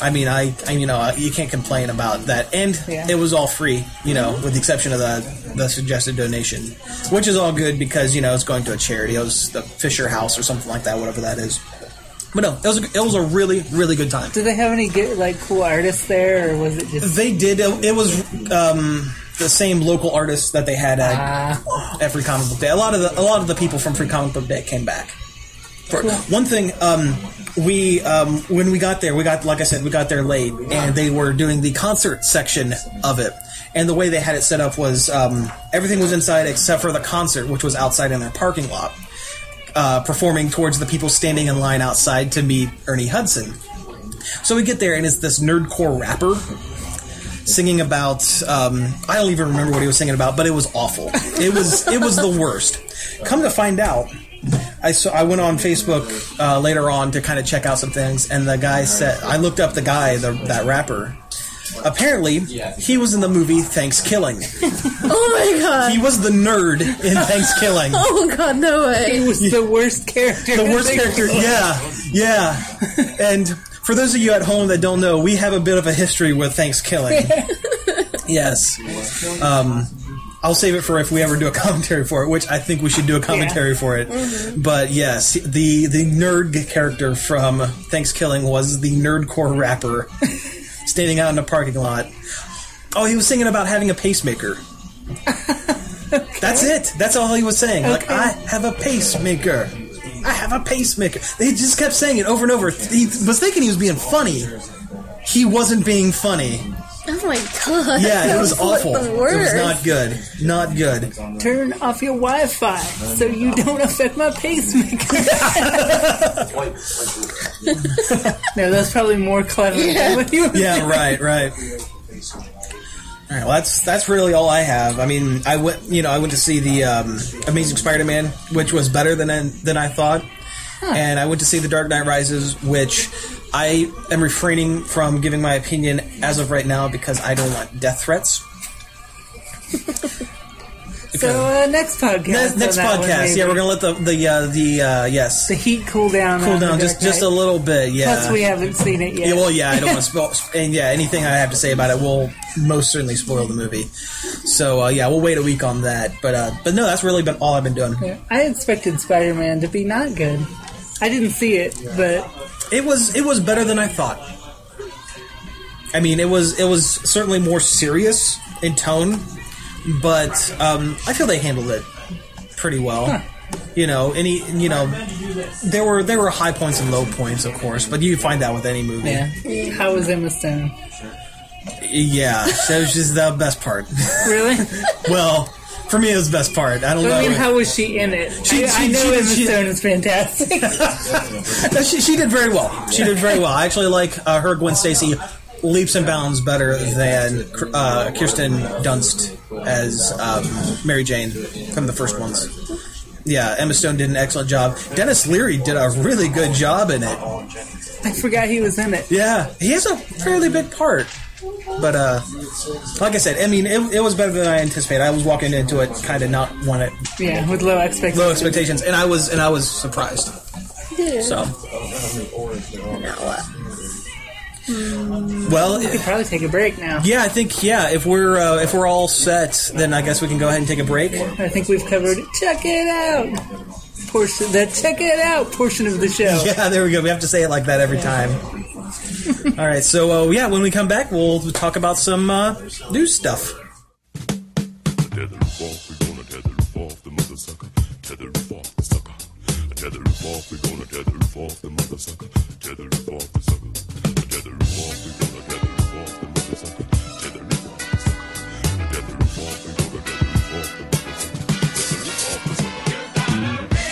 [SPEAKER 1] I mean, I, I you know I- you can't complain about that, and
[SPEAKER 2] Yeah.
[SPEAKER 1] it was all free, you know, with the exception of the the suggested donation, which is all good because you know it's going to a charity. It was the Fisher House or something like that, whatever that is. But no, it was a, it was a really really good time.
[SPEAKER 2] Did they have any good, like, cool artists there, or was it just
[SPEAKER 1] They did it, it was um, the same local artists that they had at every comic book day. A lot of the a lot of the people from Free Comic Book Day came back. For- One thing, um, we um, when we got there, we got like I said, we got there late, and they were doing the concert section of it. And the way they had it set up was um, everything was inside except for the concert, which was outside in their parking lot, uh, performing towards the people standing in line outside to meet Ernie Hudson. So we get there, and it's this nerdcore rapper singing about. Um, I don't even remember what he was singing about, but it was awful. It was it was the worst. Come to find out, I saw I went on Facebook uh, later on to kind of check out some things, and the guy said I looked up the guy, the, that rapper. Apparently, he was in the movie Thanksgiving.
[SPEAKER 3] Oh my god.
[SPEAKER 1] He was the nerd in Thanksgiving.
[SPEAKER 3] Oh god, no way.
[SPEAKER 2] It was the worst character.
[SPEAKER 1] the worst character. Yeah, yeah. And for those of you at home that don't know, we have a bit of a history with Thanksgiving. yes. Um, I'll save it for if we ever do a commentary for it, which I think we should do a commentary for it. But yes, the the nerd character from Thanksgiving was the nerdcore rapper standing out in a parking lot. Oh, he was singing about having a pacemaker. That's it. That's all he was saying. Like, I have a pacemaker. I have a pacemaker. They just kept saying it over and over. He was thinking he was being funny. He wasn't being funny.
[SPEAKER 3] Oh my god.
[SPEAKER 1] Yeah, it was
[SPEAKER 3] sounds
[SPEAKER 1] awful.
[SPEAKER 3] like the
[SPEAKER 1] It was
[SPEAKER 3] worst.
[SPEAKER 1] not good. Not good.
[SPEAKER 2] Turn off your Wi-Fi so you don't affect my pacemaker. no, that's probably more clever than what you were
[SPEAKER 1] Yeah, right, right. All right, well, that's that's really all I have. I mean, I went, you know, I went to see the um, Amazing Spider-Man, which was better than I, than I thought, and I went to see The Dark Knight Rises, which I am refraining from giving my opinion as of right now because I don't want death threats.
[SPEAKER 2] So uh, next podcast.
[SPEAKER 1] Ne-
[SPEAKER 2] on
[SPEAKER 1] next
[SPEAKER 2] that one,
[SPEAKER 1] podcast,
[SPEAKER 2] maybe.
[SPEAKER 1] yeah, we're gonna let the the uh, the uh, yes
[SPEAKER 2] the heat cool down.
[SPEAKER 1] cool
[SPEAKER 2] on the
[SPEAKER 1] down
[SPEAKER 2] Dark
[SPEAKER 1] just just a
[SPEAKER 2] Knight.
[SPEAKER 1] little bit, yeah.
[SPEAKER 2] Plus, we haven't seen it yet.
[SPEAKER 1] Yeah, well, yeah, I don't want to spoil. And yeah, anything I have to say about it will most certainly spoil the movie. So uh, yeah, we'll wait a week on that. But uh, but no, that's really been all I've been doing.
[SPEAKER 2] I expected Spider-Man to be not good. I didn't see it, but
[SPEAKER 1] It was it was better than I thought. I mean, it was it was certainly more serious in tone, but um, I feel they handled it pretty well. You know, any you know, there were there were high points and low points, of course, but you find that with any movie.
[SPEAKER 2] yeah. How was Emma Stone?
[SPEAKER 1] yeah that was just the best part.
[SPEAKER 2] Really?
[SPEAKER 1] Well, for me, it was the best part. I don't know.
[SPEAKER 2] I mean, how was she in it?
[SPEAKER 1] She-
[SPEAKER 2] I, I
[SPEAKER 1] she-
[SPEAKER 2] know
[SPEAKER 1] she-
[SPEAKER 2] Emma
[SPEAKER 1] she-
[SPEAKER 2] Stone is fantastic.
[SPEAKER 1] No, she, she did very well. She did very well. I actually like uh, her Gwen Stacy leaps and bounds better than uh, Kirsten Dunst as um, Mary Jane from the first ones. Yeah, Emma Stone did an excellent job. Dennis Leary did a really good job in it.
[SPEAKER 2] I forgot he was in it.
[SPEAKER 1] Yeah, he has a fairly big part. But uh, like I said, I mean, it, it was better than I anticipated. I was walking into it kind of not want it,
[SPEAKER 2] Yeah, with low expectations.
[SPEAKER 1] low expectations, and I was and I was surprised.
[SPEAKER 3] Yeah.
[SPEAKER 1] So,
[SPEAKER 3] Now what?
[SPEAKER 1] well,
[SPEAKER 2] We could probably take a break now.
[SPEAKER 1] Yeah, I think yeah. If we're uh, if we're all set, then I guess we can go ahead and take a break.
[SPEAKER 2] I think we've covered check it out portion. The check it out portion of the show.
[SPEAKER 1] Yeah, there we go. We have to say it like that every time. all right. So uh, yeah, when we come back, we'll talk about some uh, new stuff.
[SPEAKER 5] A tether of off, we're gonna tether of off the mother sucker. Tether of off the sucker. A tether of off, we're gonna tether of off the mother sucker. Tether of off the sucker. A tether of off, we're gonna tether of off the mother sucker. Tether of off the sucker. A tether of off, we're gonna tether of off the mother sucker. Tether of off the sucker.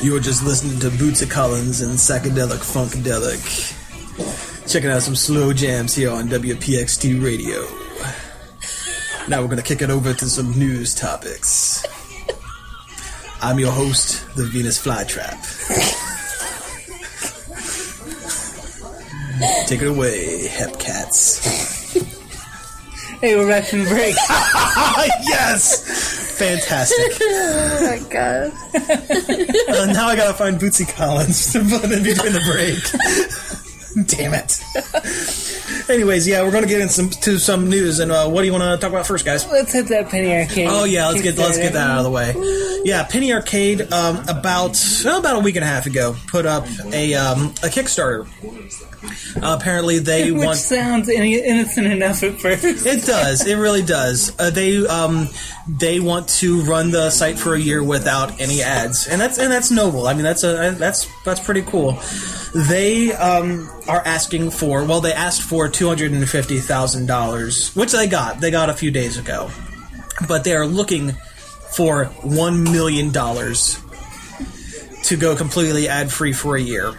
[SPEAKER 1] You were just listening to Bootsy Collins and Psychedelic Funkadelic. Checking out some slow jams here on WPXT Radio. Now we're going to kick it over to some news topics. I'm your host, the Venus Flytrap. Take it away, Hepcats.
[SPEAKER 2] Hey, we're back from break.
[SPEAKER 1] yes! Fantastic.
[SPEAKER 3] Oh my god.
[SPEAKER 1] Uh, now I gotta find Bootsy Collins to put in between the break. Damn it. Anyways, yeah, we're gonna get into some, to some news, and uh, what do you want to talk about first, guys?
[SPEAKER 2] Let's hit that penny arcade.
[SPEAKER 1] Oh yeah, let's get let's get that out of the way. Yeah, Penny Arcade um, about well, about a week and a half ago put up a um, a Kickstarter. Uh, apparently, they
[SPEAKER 2] Which
[SPEAKER 1] want
[SPEAKER 2] sounds in- innocent enough at first.
[SPEAKER 1] it does. It really does. Uh, they um, they want to run the site for a year without any ads, and that's and that's noble. I mean, that's a that's that's pretty cool. They um, are asking for well, they asked for two hundred and fifty thousand dollars, which they got. They got a few days ago, but they are looking for one million dollars to go completely ad free for a year.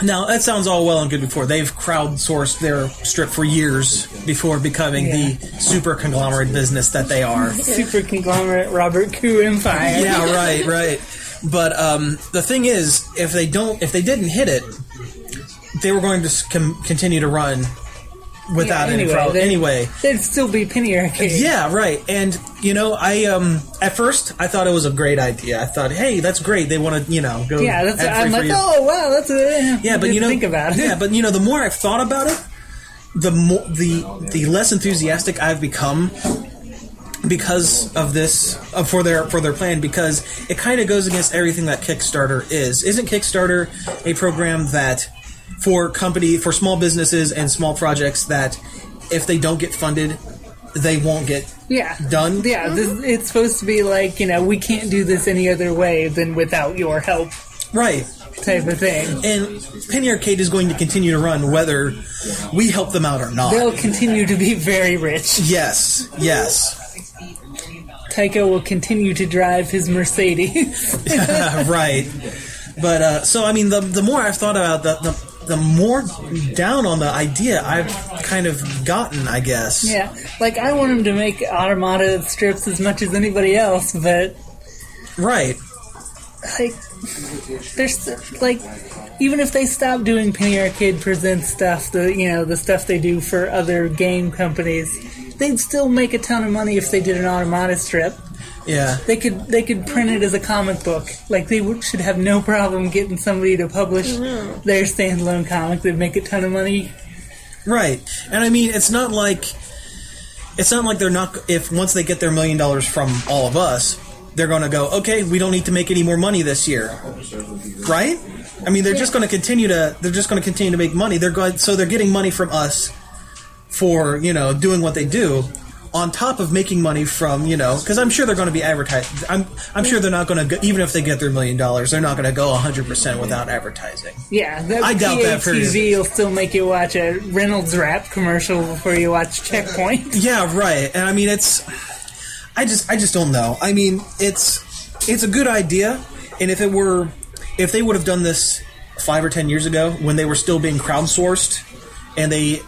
[SPEAKER 1] Now that sounds all well and good before they've crowdsourced their strip for years before becoming the super conglomerate business that they are.
[SPEAKER 2] Super conglomerate Robert Koo Empire.
[SPEAKER 1] yeah, right, right. But um, the thing is, if they don't, if they didn't hit it, they were going to s- com- continue to run without
[SPEAKER 2] Yeah,
[SPEAKER 1] any
[SPEAKER 2] anyway,
[SPEAKER 1] crowd
[SPEAKER 2] they-
[SPEAKER 1] anyway.
[SPEAKER 2] They'd still be penny arcade.
[SPEAKER 1] Yeah, right. And you know, I um at first I thought it was a great idea. I thought, hey, that's great. They want to, you know, go.
[SPEAKER 2] Yeah, that's.
[SPEAKER 1] ad-free
[SPEAKER 2] I'm
[SPEAKER 1] for
[SPEAKER 2] like,
[SPEAKER 1] you.
[SPEAKER 2] oh wow, that's. A,
[SPEAKER 1] Yeah, but
[SPEAKER 2] didn't
[SPEAKER 1] you know,
[SPEAKER 2] think about it.
[SPEAKER 1] Yeah, but you know, the more I've thought about it, the more the the less enthusiastic I've become because of this uh, for their for their plan because it kind of goes against everything that Kickstarter is. Isn't Kickstarter a program that for company for small businesses and small projects that if they don't get funded, they won't get
[SPEAKER 2] Yeah.
[SPEAKER 1] done?
[SPEAKER 2] Yeah, this, it's supposed to be like, you know, we can't do this any other way than without your help
[SPEAKER 1] Right.
[SPEAKER 2] type of thing.
[SPEAKER 1] And Penny Arcade is going to continue to run whether we help them out or not.
[SPEAKER 2] They'll continue to be very rich.
[SPEAKER 1] Yes, yes,
[SPEAKER 2] Tycho will continue to drive his Mercedes.
[SPEAKER 1] right. But uh, so I mean, the the more I've thought about the, the the more down on the idea I've kind of gotten, I guess.
[SPEAKER 2] yeah. Like, I want him to make automata strips as much as anybody else, but,
[SPEAKER 1] Right.
[SPEAKER 2] like, there's, like, even if they stop doing Penny Arcade Presents stuff, the, you know, the stuff they do for other game companies, they'd still make a ton of money if they did an automata strip.
[SPEAKER 1] Yeah.
[SPEAKER 2] They could they could print it as a comic book. Like they would, should have no problem getting somebody to publish their standalone comic. They'd make a ton of money.
[SPEAKER 1] Right. And I mean, it's not like it's not like they're not if once they get their million dollars from all of us, they're going to go, "Okay, we don't need to make any more money this year." Right? I mean, they're just going to continue to they're just going to continue to make money. They're going so they're getting money from us for, you know, doing what they do on top of making money from, you know, cuz I'm sure they're going to be advertised I'm I'm sure they're not going to go, even if they get their million dollars, they're not going to go 100% without advertising.
[SPEAKER 2] Yeah, that
[SPEAKER 1] I doubt that for-
[SPEAKER 2] TV will still make you watch a Reynolds Wrap commercial before you watch Checkpoint.
[SPEAKER 1] Yeah, right. And I mean, it's. I just, I just don't know. I mean, it's, it's a good idea, and if it were, if they would have done this five or ten years ago when they were still being crowdsourced, and they,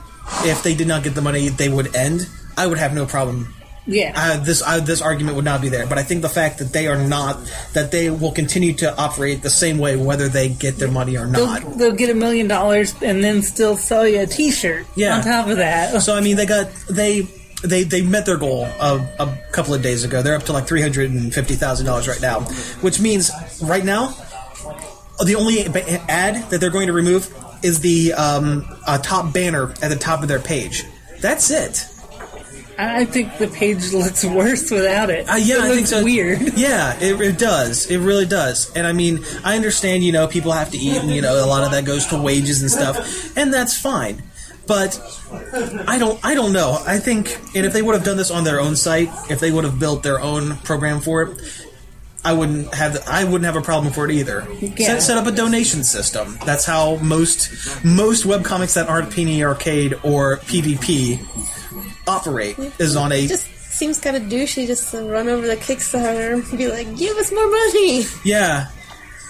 [SPEAKER 1] if they did not get the money, they would end. I would have no problem.
[SPEAKER 2] Yeah,
[SPEAKER 1] I, this, I, this argument would not be there. But I think the fact that they are not, that they will continue to operate the same way whether they get their money or not.
[SPEAKER 2] they'll, they'll get a million dollars and then still sell you a T-shirt.
[SPEAKER 1] Yeah.
[SPEAKER 2] on top of that,
[SPEAKER 1] So I mean, they got they they they met their goal a, a couple of days ago. They're up to like three hundred and fifty thousand dollars right now, which means right now the only ba- ad that they're going to remove is the um, uh, top banner at the top of their page. That's it.
[SPEAKER 2] I I think the page looks worse without it.
[SPEAKER 1] Uh, yeah,
[SPEAKER 2] it
[SPEAKER 1] I
[SPEAKER 2] looks
[SPEAKER 1] think so.
[SPEAKER 2] weird.
[SPEAKER 1] Yeah, it, it does. It really does. And I mean, I understand. You know, people have to eat, and you know, a lot of that goes to wages and stuff, and that's fine. But I don't. I don't know. I think, and if they would have done this on their own site, if they would have built their own program for it, I wouldn't have. I wouldn't have a problem for it either.
[SPEAKER 2] Yeah.
[SPEAKER 1] Set, set up a donation system. That's how most most webcomics that aren't Penny Arcade or PvP operate is on a
[SPEAKER 3] It just seems kind of douchey just to run over the Kickstarter and be like, give us more money.
[SPEAKER 1] Yeah.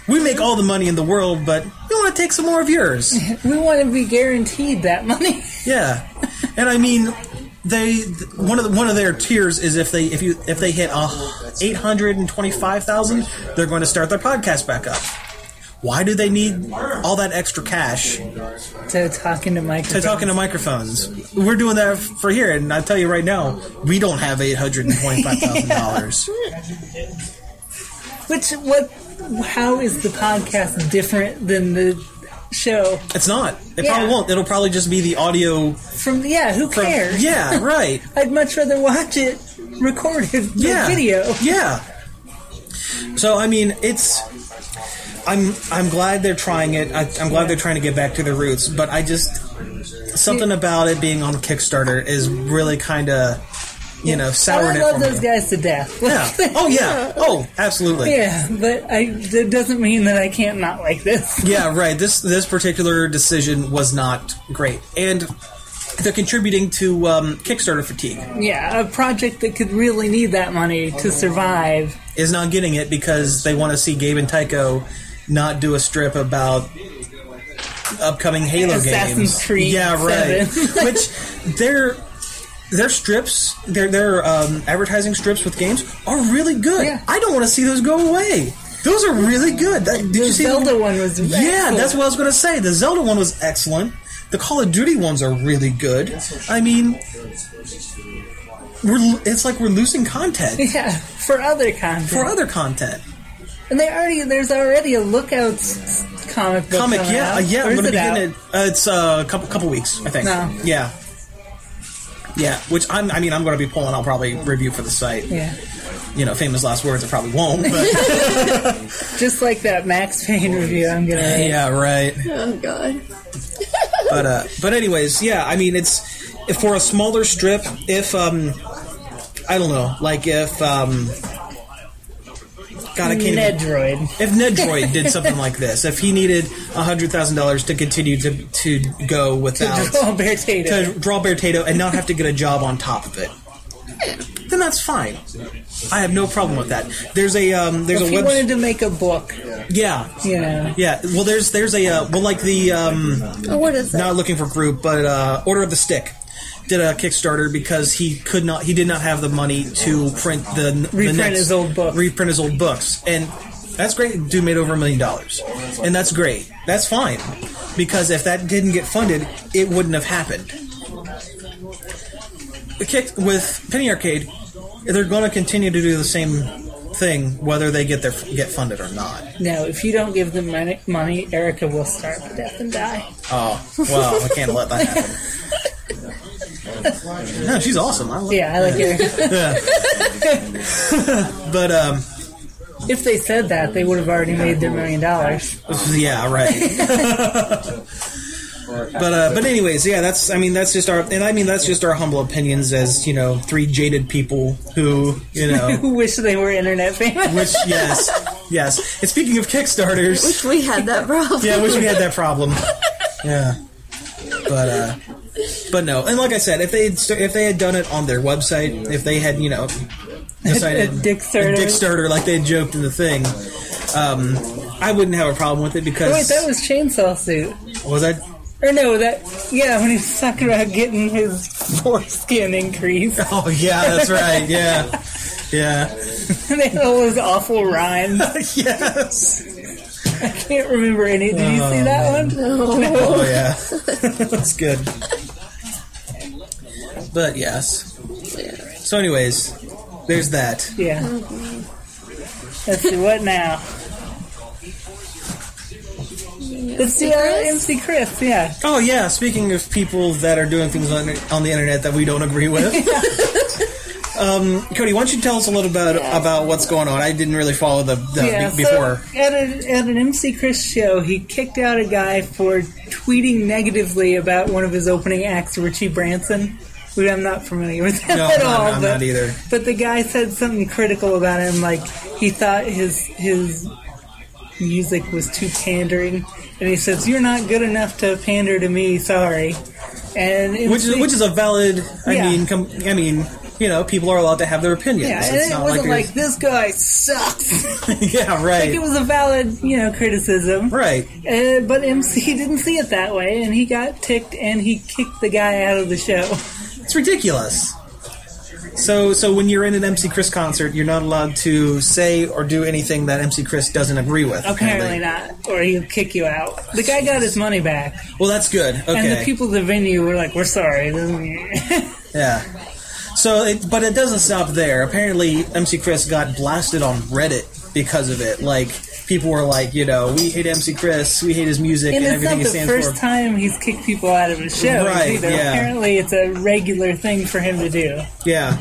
[SPEAKER 1] We make all the money in the world, but you want to take some more of yours.
[SPEAKER 2] We want to be guaranteed that money.
[SPEAKER 1] Yeah. And I mean, they th- one of the, one of their tiers is if they if you if they hit uh, 825,000, they're going to start their podcast back up. Why do they need all that extra cash
[SPEAKER 2] So talking to Mike.
[SPEAKER 1] to talking to microphones? We're doing that f- for here, and I tell you right now, we don't have eight hundred and twenty-five thousand dollars.
[SPEAKER 2] Which what? How is the podcast different than the show?
[SPEAKER 1] It's not. It
[SPEAKER 2] Yeah.
[SPEAKER 1] probably won't. It'll probably just be the audio.
[SPEAKER 2] From yeah, who
[SPEAKER 1] From,
[SPEAKER 2] cares?
[SPEAKER 1] yeah, right.
[SPEAKER 2] I'd much rather watch it recorded than
[SPEAKER 1] yeah.
[SPEAKER 2] video.
[SPEAKER 1] Yeah. So I mean, it's I'm I'm glad they're trying it. I, I'm glad they're trying to get back to their roots, but I just something about it being on Kickstarter is really kind of you know soured
[SPEAKER 2] I
[SPEAKER 1] it for
[SPEAKER 2] love
[SPEAKER 1] me.
[SPEAKER 2] those guys to death.
[SPEAKER 1] Yeah. Oh yeah. Oh, absolutely.
[SPEAKER 2] yeah, but I that doesn't mean that I can't not like this.
[SPEAKER 1] Yeah, right. This this particular decision was not great, and they're contributing to um, Kickstarter fatigue.
[SPEAKER 2] Yeah, a project that could really need that money to survive.
[SPEAKER 1] is not getting it because they want to see Gabe and Tycho not do a strip about upcoming Halo
[SPEAKER 2] Assassin's
[SPEAKER 1] games.
[SPEAKER 2] Creed
[SPEAKER 1] yeah, right.
[SPEAKER 2] seven.
[SPEAKER 1] Which their their strips, their their um, advertising strips with games are really good.
[SPEAKER 2] Yeah.
[SPEAKER 1] I don't want to see those go away. Those are really good. That, did
[SPEAKER 2] The
[SPEAKER 1] you see
[SPEAKER 2] Zelda
[SPEAKER 1] the,
[SPEAKER 2] one was
[SPEAKER 1] Yeah,
[SPEAKER 2] excellent.
[SPEAKER 1] that's what I was going to say. The Zelda one was excellent. The Call of Duty ones are really good. I mean, we're it's like we're losing content
[SPEAKER 2] Yeah, for other content.
[SPEAKER 1] for other content.
[SPEAKER 2] and they already there's already a lookouts comic book.
[SPEAKER 1] comic.
[SPEAKER 2] coming
[SPEAKER 1] Yeah,
[SPEAKER 2] out.
[SPEAKER 1] uh, yeah.
[SPEAKER 2] Or
[SPEAKER 1] I'm
[SPEAKER 2] is
[SPEAKER 1] going to
[SPEAKER 2] it
[SPEAKER 1] be
[SPEAKER 2] out?
[SPEAKER 1] getting it. Uh, it's uh, a couple couple weeks, I think.
[SPEAKER 2] No.
[SPEAKER 1] Yeah, Yeah, which I'm, I mean, I'm going to be pulling. I'll probably review for the site.
[SPEAKER 2] Yeah.
[SPEAKER 1] You know, famous last words. I probably won't. But
[SPEAKER 2] Just like that Max Payne review I'm gonna write.
[SPEAKER 1] yeah, right.
[SPEAKER 3] Oh god.
[SPEAKER 1] But uh, but anyways, yeah. I mean, it's if for a smaller strip. If um, I don't know, like if um, God, I can't. even-
[SPEAKER 2] Nedroid.
[SPEAKER 1] if Ned Droid did something like this, if he needed hundred thousand dollars to continue to to go without
[SPEAKER 2] Oh, Bear Tatum.
[SPEAKER 1] to draw Bear Tato and not have to get a job on top of it, then that's fine. I have no problem with that. There's a um, there's
[SPEAKER 2] If
[SPEAKER 1] a
[SPEAKER 2] you
[SPEAKER 1] web
[SPEAKER 2] wanted to make a book,
[SPEAKER 1] yeah
[SPEAKER 2] you know,
[SPEAKER 1] yeah. Well, there's there's a uh, well like the um,
[SPEAKER 3] Oh, what is that?
[SPEAKER 1] not looking for group, but uh, Order of the Stick did a Kickstarter because he could not he did not have the money to print the the
[SPEAKER 2] Reprint
[SPEAKER 1] next,
[SPEAKER 2] his old book.
[SPEAKER 1] reprint his old books and that's great. Dude made over a million dollars, and that's great. That's fine because if that didn't get funded, it wouldn't have happened. The kick with Penny Arcade, they're going to continue to do the same thing whether they get their get funded or not.
[SPEAKER 2] no, if you don't give them money, money Erica will starve to death and die.
[SPEAKER 1] Oh, well, I can't let that happen. No, she's awesome. I love
[SPEAKER 2] Yeah, I like Erica.
[SPEAKER 1] But, um,
[SPEAKER 2] if they said that, they would have already made their million dollars.
[SPEAKER 1] yeah, right. But, uh, but anyways, yeah, that's, I mean, that's just our, and I mean, that's just our humble opinions as, you know, three jaded people who, you know,
[SPEAKER 2] Who wish they were internet famous?
[SPEAKER 1] which, yes, yes. And speaking of Kickstarters,
[SPEAKER 3] We had that problem.
[SPEAKER 1] yeah, I wish we had that problem. Yeah. But, uh, but no, and like I said, if they had st- if they had done it on their website, if they had you know decided
[SPEAKER 2] Dick Serter.
[SPEAKER 1] Dick Starter, like they joked in the thing. Um, I wouldn't have a problem with it because
[SPEAKER 2] Oh, wait, that was Chainsaw Suit.
[SPEAKER 1] was that
[SPEAKER 2] Or no, that yeah, when he was talking about getting his foreskin increased.
[SPEAKER 1] Oh yeah, that's right. Yeah, yeah,
[SPEAKER 2] they had all those awful rhymes.
[SPEAKER 1] yes.
[SPEAKER 2] I can't remember any. Did you see that one?
[SPEAKER 1] Oh yeah, that's good. But yes. So, anyways, there's that.
[SPEAKER 2] Yeah. Let's see what now. Let's see our MC Chris. Yeah.
[SPEAKER 1] Oh yeah. Speaking of people that are doing things on on the internet that we don't agree with. Um, Cody, why don't you tell us a little bit about what's going on? I didn't really follow the, the
[SPEAKER 2] yeah.
[SPEAKER 1] be-
[SPEAKER 2] so
[SPEAKER 1] before.
[SPEAKER 2] at, a, at an MC Chris show, he kicked out a guy for tweeting negatively about one of his opening acts, Richie Branson. Who I'm not familiar with that
[SPEAKER 1] No, I'm
[SPEAKER 2] at
[SPEAKER 1] not-
[SPEAKER 2] all.
[SPEAKER 1] I'm
[SPEAKER 2] but,
[SPEAKER 1] not either.
[SPEAKER 2] But the guy said something critical about him, like he thought his his music was too pandering, and he says, "You're not good enough to pander to me. Sorry." And
[SPEAKER 1] which is
[SPEAKER 2] MC
[SPEAKER 1] which is a valid. I
[SPEAKER 2] Yeah.
[SPEAKER 1] mean, com- I mean, you know, people are allowed to have their opinions.
[SPEAKER 2] Yeah,
[SPEAKER 1] It's
[SPEAKER 2] and it
[SPEAKER 1] not
[SPEAKER 2] wasn't
[SPEAKER 1] like
[SPEAKER 2] like, this guy sucks.
[SPEAKER 1] they're- yeah, right,
[SPEAKER 2] it was a valid, you know, criticism.
[SPEAKER 1] right.
[SPEAKER 2] Uh, but MC didn't see it that way, and he got ticked, and he kicked the guy out of the show.
[SPEAKER 1] It's ridiculous. So, so when you're in an MC Chris concert, you're not allowed to say or do anything that MC Chris doesn't agree with.
[SPEAKER 2] Apparently not, or he'll kick you out. The guy got his money back,
[SPEAKER 1] Well, that's good. Okay.
[SPEAKER 2] and the people at the venue were like, "We're sorry." it doesn't-"
[SPEAKER 1] Yeah. So, it, but it doesn't stop there. Apparently, MC Chris got blasted on Reddit because of it. Like, people were like, you know, we hate MC Chris, we hate his music and,
[SPEAKER 2] and it's
[SPEAKER 1] everything
[SPEAKER 2] not
[SPEAKER 1] he
[SPEAKER 2] the
[SPEAKER 1] stands
[SPEAKER 2] first
[SPEAKER 1] for.
[SPEAKER 2] time he's kicked people out of a show
[SPEAKER 1] Right,
[SPEAKER 2] either.
[SPEAKER 1] yeah.
[SPEAKER 2] Apparently, it's a regular thing for him to do.
[SPEAKER 1] Yeah.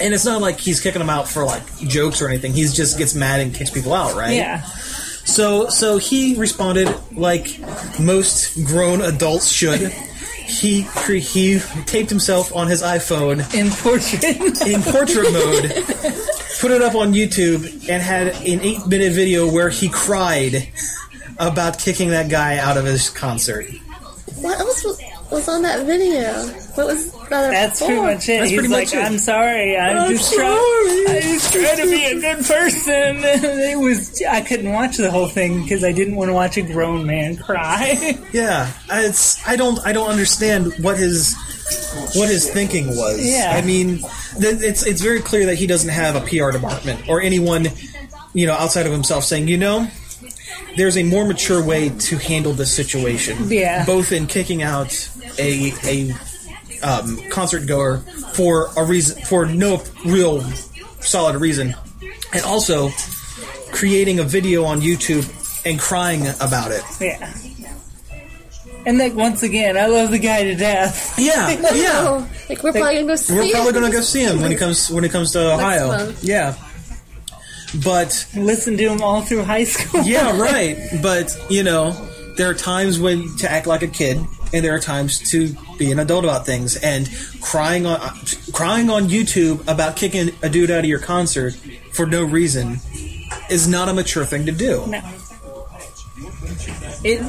[SPEAKER 1] And it's not like he's kicking them out for like jokes or anything. He just gets mad and kicks people out, right?
[SPEAKER 2] Yeah,
[SPEAKER 1] So so he responded like most grown adults should. He cre- he taped himself on his iPhone
[SPEAKER 2] in portrait.
[SPEAKER 1] in portrait mode, put it up on YouTube, and had an eight minute video where he cried about kicking that guy out of his concert.
[SPEAKER 3] What else was, was on that video? What was that?
[SPEAKER 2] That's pretty much it.
[SPEAKER 1] That's
[SPEAKER 2] He's
[SPEAKER 1] pretty
[SPEAKER 2] like,
[SPEAKER 1] much it.
[SPEAKER 2] I'm sorry. I'm,
[SPEAKER 1] I'm
[SPEAKER 2] just trying.
[SPEAKER 1] sorry."
[SPEAKER 2] I just trying to be a good person. it was. I couldn't watch the whole thing because I didn't want to watch a grown man cry.
[SPEAKER 1] Yeah, it's I don't I don't understand what his what his thinking was.
[SPEAKER 2] Yeah.
[SPEAKER 1] I mean, th- it's it's very clear that he doesn't have a PR department or anyone, you know, outside of himself saying, you know, there's a more mature way to handle this situation.
[SPEAKER 2] Yeah.
[SPEAKER 1] both in kicking out a a um, concert goer for a reason for no real solid reason, and also creating a video on YouTube and crying about it.
[SPEAKER 2] yeah. And like once again, I love the guy to death.
[SPEAKER 1] Yeah, yeah.
[SPEAKER 3] Oh, like we're probably gonna go see
[SPEAKER 1] We're
[SPEAKER 3] it.
[SPEAKER 1] probably gonna go see him when he comes when he comes to Ohio.
[SPEAKER 3] month.
[SPEAKER 1] Yeah, but
[SPEAKER 2] Listen to him all through high school.
[SPEAKER 1] yeah, right. But you know, there are times when to act like a kid, and there are times to be an adult about things. And crying on crying on YouTube about kicking a dude out of your concert for no reason is not a mature thing to do.
[SPEAKER 2] No. It,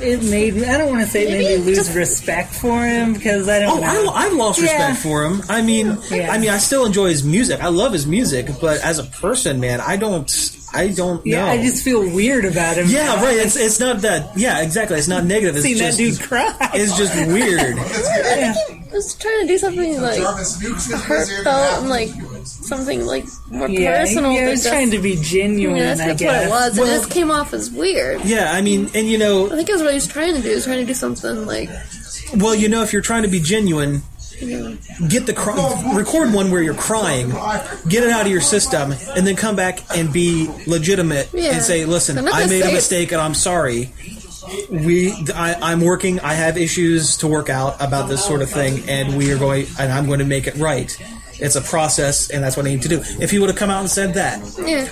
[SPEAKER 2] it made me, I don't want to say it made
[SPEAKER 3] Maybe
[SPEAKER 2] me lose
[SPEAKER 3] just-
[SPEAKER 2] respect for him because I don't
[SPEAKER 1] Oh,
[SPEAKER 2] know.
[SPEAKER 1] I, I've lost
[SPEAKER 2] Yeah.
[SPEAKER 1] respect for him. I mean,
[SPEAKER 2] Yeah.
[SPEAKER 1] I mean, I still enjoy his music. I love his music, but as a person, man, I don't, I don't
[SPEAKER 2] yeah,
[SPEAKER 1] know.
[SPEAKER 2] I just feel weird about him.
[SPEAKER 1] yeah,
[SPEAKER 2] now.
[SPEAKER 1] right. It's it's not that. Yeah, exactly. It's not negative. It's
[SPEAKER 2] I've seen
[SPEAKER 1] just
[SPEAKER 2] that dude cry.
[SPEAKER 1] it's just weird.
[SPEAKER 3] I think he was trying to do something like heartfelt and like something like more
[SPEAKER 2] Yeah,
[SPEAKER 3] personal.
[SPEAKER 2] yeah, I
[SPEAKER 3] but
[SPEAKER 2] was
[SPEAKER 3] just-
[SPEAKER 2] trying to be genuine.
[SPEAKER 3] yeah, that's,
[SPEAKER 2] I
[SPEAKER 3] that's what
[SPEAKER 2] guess.
[SPEAKER 3] it was.
[SPEAKER 1] Well-
[SPEAKER 3] it just came off as weird.
[SPEAKER 1] Yeah, I mean, and you
[SPEAKER 3] I
[SPEAKER 1] know,
[SPEAKER 3] think that's what he was trying to do. He was trying to do something like
[SPEAKER 1] well, you know, if you're trying to be genuine,
[SPEAKER 3] you know,
[SPEAKER 1] get the cry, record one where you're crying, get it out of your system, and then come back and be legitimate
[SPEAKER 3] Yeah.
[SPEAKER 1] and say, "Listen,
[SPEAKER 3] I'm not
[SPEAKER 1] I
[SPEAKER 3] gonna
[SPEAKER 1] made
[SPEAKER 3] say
[SPEAKER 1] a
[SPEAKER 3] it."
[SPEAKER 1] mistake, and I'm sorry." We, I, I'm working. I have issues to work out about this sort of thing, and we are going, and I'm going to make it right. It's a process, and that's what I need to do. If he would have come out and said that,
[SPEAKER 3] yeah.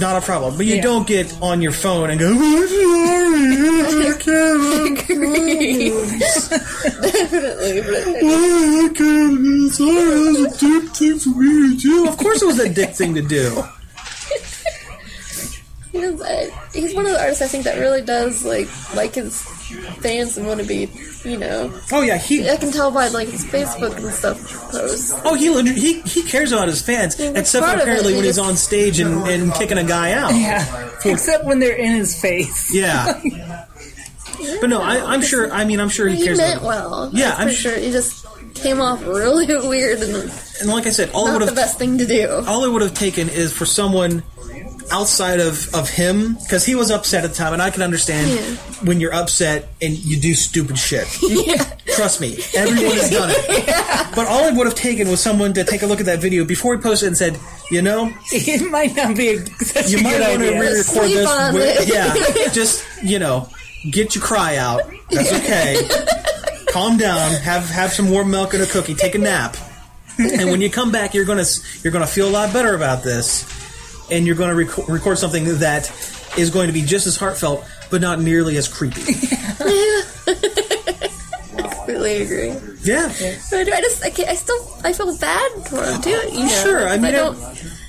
[SPEAKER 1] not a problem. But you
[SPEAKER 2] Yeah.
[SPEAKER 1] don't get on your phone and go, "I'm sorry, I can't-
[SPEAKER 3] Definitely, but
[SPEAKER 1] Oh, okay, sorry, that was a dick thing for me to do. Of course, it was a dick thing to do.
[SPEAKER 3] he does, I, he's one of the artists I think that really does like like his fans and want to be. You know,
[SPEAKER 1] Oh yeah, he.
[SPEAKER 3] I can tell by like his Facebook and stuff posts.
[SPEAKER 1] Oh, he legit- he he cares about his fans,
[SPEAKER 3] Yeah, that's
[SPEAKER 1] except
[SPEAKER 3] part
[SPEAKER 1] for
[SPEAKER 3] of
[SPEAKER 1] apparently
[SPEAKER 3] it,
[SPEAKER 1] when
[SPEAKER 3] you
[SPEAKER 1] he's
[SPEAKER 3] just-
[SPEAKER 1] on stage and, and kicking a guy out.
[SPEAKER 2] Yeah, except when they're in his face.
[SPEAKER 1] Yeah. But no, I, I'm sure. I mean, I'm sure he
[SPEAKER 3] He
[SPEAKER 1] cares.
[SPEAKER 3] meant
[SPEAKER 1] About,
[SPEAKER 3] well.
[SPEAKER 1] Yeah,
[SPEAKER 3] that's
[SPEAKER 1] I'm
[SPEAKER 3] for
[SPEAKER 1] sh-
[SPEAKER 3] sure. He just came off really weird and
[SPEAKER 1] and like I said, all
[SPEAKER 3] not
[SPEAKER 1] would
[SPEAKER 3] the
[SPEAKER 1] have
[SPEAKER 3] best thing to do.
[SPEAKER 1] all it would have taken is for someone outside of, of him because he was upset at the time and i can understand
[SPEAKER 3] Yeah.
[SPEAKER 1] when you're upset and you do stupid shit trust me everyone has done it but all it would have taken was someone to take a look at that video before he posted it and said you know
[SPEAKER 2] It might not be a, such
[SPEAKER 1] you
[SPEAKER 2] a
[SPEAKER 1] might
[SPEAKER 2] good
[SPEAKER 1] want to
[SPEAKER 2] idea.
[SPEAKER 1] re-record
[SPEAKER 3] Sleep
[SPEAKER 1] this
[SPEAKER 3] on
[SPEAKER 1] with,
[SPEAKER 3] it.
[SPEAKER 1] yeah just you know get your cry out that's okay calm down have have some warm milk and a cookie take a nap and when you come back you're gonna s- you're gonna feel a lot better about this and you're gonna rec- record something that is going to be just as heartfelt but not nearly as creepy
[SPEAKER 3] completely agree.
[SPEAKER 1] yeah
[SPEAKER 3] But I do- I just, I, can't, I still, I feel bad for him too. You know?
[SPEAKER 1] sure i mean
[SPEAKER 3] don't.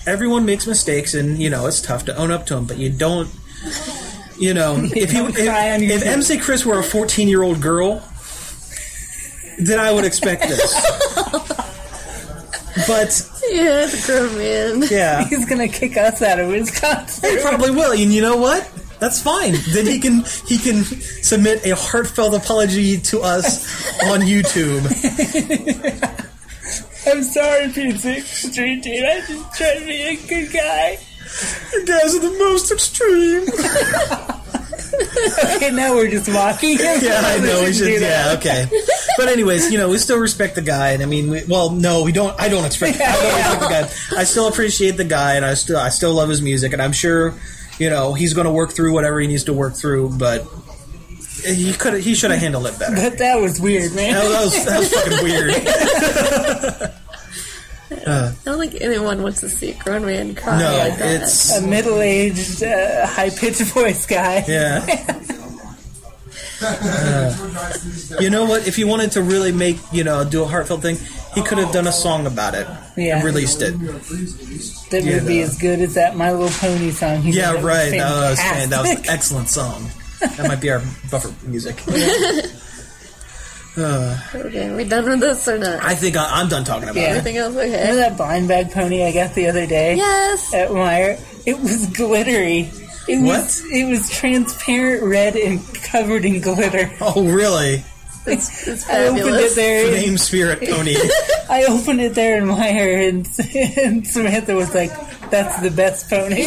[SPEAKER 1] everyone makes mistakes and you know it's tough to own up to them but you don't you know if you
[SPEAKER 2] Don't cry on
[SPEAKER 1] if,
[SPEAKER 2] your
[SPEAKER 1] if
[SPEAKER 2] face.
[SPEAKER 1] mc chris were a 14 year old girl then i would expect this but
[SPEAKER 3] Yeah, the grown man.
[SPEAKER 1] yeah
[SPEAKER 2] He's gonna kick us out of his concert.
[SPEAKER 1] he probably will and you know what that's fine then he can he can submit a heartfelt apology to us on youtube
[SPEAKER 2] I'm sorry, Pete Sixth Street Dude. I just tried to be a good guy.
[SPEAKER 1] you guys are the most extreme
[SPEAKER 2] Okay, now we're just mocking him.
[SPEAKER 1] Yeah, I know. We should.
[SPEAKER 2] do that.
[SPEAKER 1] Yeah, okay. But anyways, you know, we still respect the guy, and I mean, we, well, no, we don't. I don't expect. I don't respect the guy. I still appreciate the guy, and I still, I still love his music, and I'm sure, you know, he's going to work through whatever he needs to work through. But he could, he should have handled it better.
[SPEAKER 2] But that was weird, man.
[SPEAKER 1] That was, that was fucking weird.
[SPEAKER 3] I don't think anyone wants to see a grown man cry
[SPEAKER 1] No,
[SPEAKER 3] like that.
[SPEAKER 1] it's
[SPEAKER 2] A middle-aged, uh, high-pitched voice guy.
[SPEAKER 1] yeah. You know what? If he wanted to really make, you know, do a heartfelt thing, he could have done a song about it
[SPEAKER 2] Yeah.
[SPEAKER 1] and released it.
[SPEAKER 2] that
[SPEAKER 1] yeah,
[SPEAKER 2] would be
[SPEAKER 1] no.
[SPEAKER 2] as good as that My Little Pony song. He
[SPEAKER 1] Yeah,
[SPEAKER 2] did. It
[SPEAKER 1] right. That was, fan-
[SPEAKER 2] fantastic.
[SPEAKER 1] that was an excellent song. That might be our buffer music.
[SPEAKER 3] Okay, we done with this or not?
[SPEAKER 1] I think I, I'm done talking about
[SPEAKER 2] Yeah.
[SPEAKER 1] it.
[SPEAKER 3] Everything else
[SPEAKER 2] Remember
[SPEAKER 3] okay?
[SPEAKER 2] that blind bag pony I got the other day?
[SPEAKER 3] Yes.
[SPEAKER 2] at Meyer. It was glittery. It
[SPEAKER 1] What?
[SPEAKER 2] was it was transparent red and covered in glitter.
[SPEAKER 1] Oh, really?
[SPEAKER 3] It's, it's
[SPEAKER 2] I opened it
[SPEAKER 3] fabulous.
[SPEAKER 2] there.
[SPEAKER 1] Name Spirit Pony.
[SPEAKER 2] I opened it there in Meyer, and, and Samantha was like, "That's the best pony."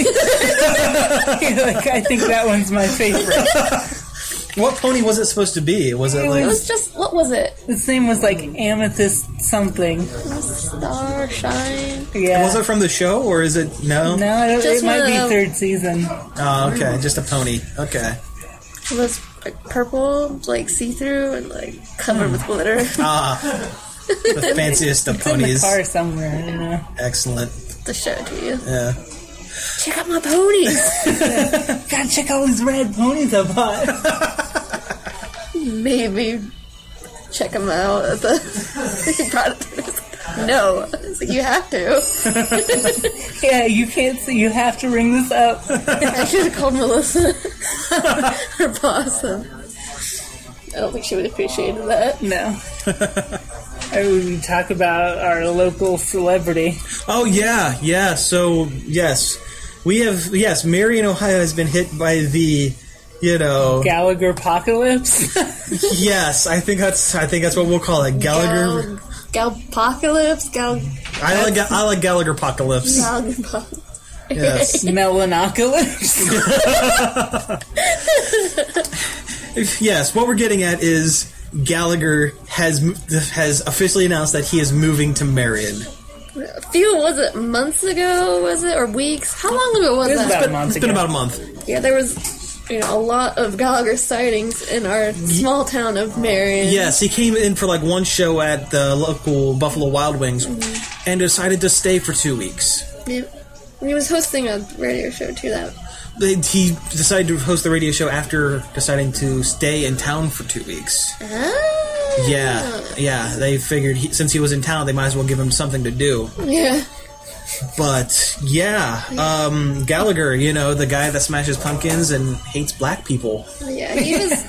[SPEAKER 2] like I think that one's my favorite.
[SPEAKER 1] what pony was it supposed to be? Was it
[SPEAKER 3] It
[SPEAKER 1] like?
[SPEAKER 3] was just what was it?
[SPEAKER 2] Its name was like Amethyst something.
[SPEAKER 3] Star shine.
[SPEAKER 2] Yeah.
[SPEAKER 1] Was it from the show or is it no?
[SPEAKER 2] no, it,
[SPEAKER 3] Just
[SPEAKER 2] it might
[SPEAKER 3] one
[SPEAKER 2] be
[SPEAKER 3] of the-
[SPEAKER 2] third season.
[SPEAKER 1] Oh, okay, just a pony. Okay,
[SPEAKER 3] Those like purple, like see through, and like covered with glitter.
[SPEAKER 1] The fanciest of
[SPEAKER 2] in the
[SPEAKER 1] ponies.
[SPEAKER 2] car somewhere. I don't know.
[SPEAKER 1] Excellent.
[SPEAKER 3] to show it to you.
[SPEAKER 1] Yeah.
[SPEAKER 3] Check out my ponies.
[SPEAKER 2] Gotta check all these red ponies I bought.
[SPEAKER 3] Maybe check them out at the. he brought it to me. No, I was like, you have to.
[SPEAKER 2] yeah, you can't see. You have to ring this up.
[SPEAKER 3] I should have called Melissa, her boss. And I don't think she would have appreciated that.
[SPEAKER 2] No. I would talk about our local celebrity.
[SPEAKER 1] Oh yeah, yeah. So yes, we have yes. Marion, Ohio has been hit by the, you know,
[SPEAKER 2] Gallagher Apocalypse.
[SPEAKER 1] yes. I think that's I think that's what we'll call it. Gallagher.
[SPEAKER 3] Gal, Galpocalypse, Gal,
[SPEAKER 1] I like I like Gallagher apocalypse.
[SPEAKER 3] Galpocalypse.
[SPEAKER 1] Yes.
[SPEAKER 2] Melanocalypse.
[SPEAKER 1] If- yes. What we're getting at is Gallagher has m- has officially announced that he is moving to Marion.
[SPEAKER 3] A few, was it months ago, was it, or weeks? How long ago was
[SPEAKER 2] It was
[SPEAKER 3] that?
[SPEAKER 2] about a month
[SPEAKER 1] It's been
[SPEAKER 2] ago.
[SPEAKER 1] about a month.
[SPEAKER 3] Yeah, there was you know a lot of Gallagher sightings in our
[SPEAKER 1] Mm-hmm.
[SPEAKER 3] small town of Marion.
[SPEAKER 1] Yes, he came in for like one show at the local Buffalo Wild Wings, and decided to stay for two weeks.
[SPEAKER 3] He, he was hosting a radio show too. That
[SPEAKER 1] They- He decided to host the radio show after deciding to stay in town for two weeks.
[SPEAKER 3] ah,
[SPEAKER 1] Yeah, yeah. They figured he, since he was in town, they might as well give him something to do.
[SPEAKER 3] yeah.
[SPEAKER 1] But yeah, um, Gallagher, you know, the guy that smashes pumpkins and hates black people.
[SPEAKER 3] Yeah, he was.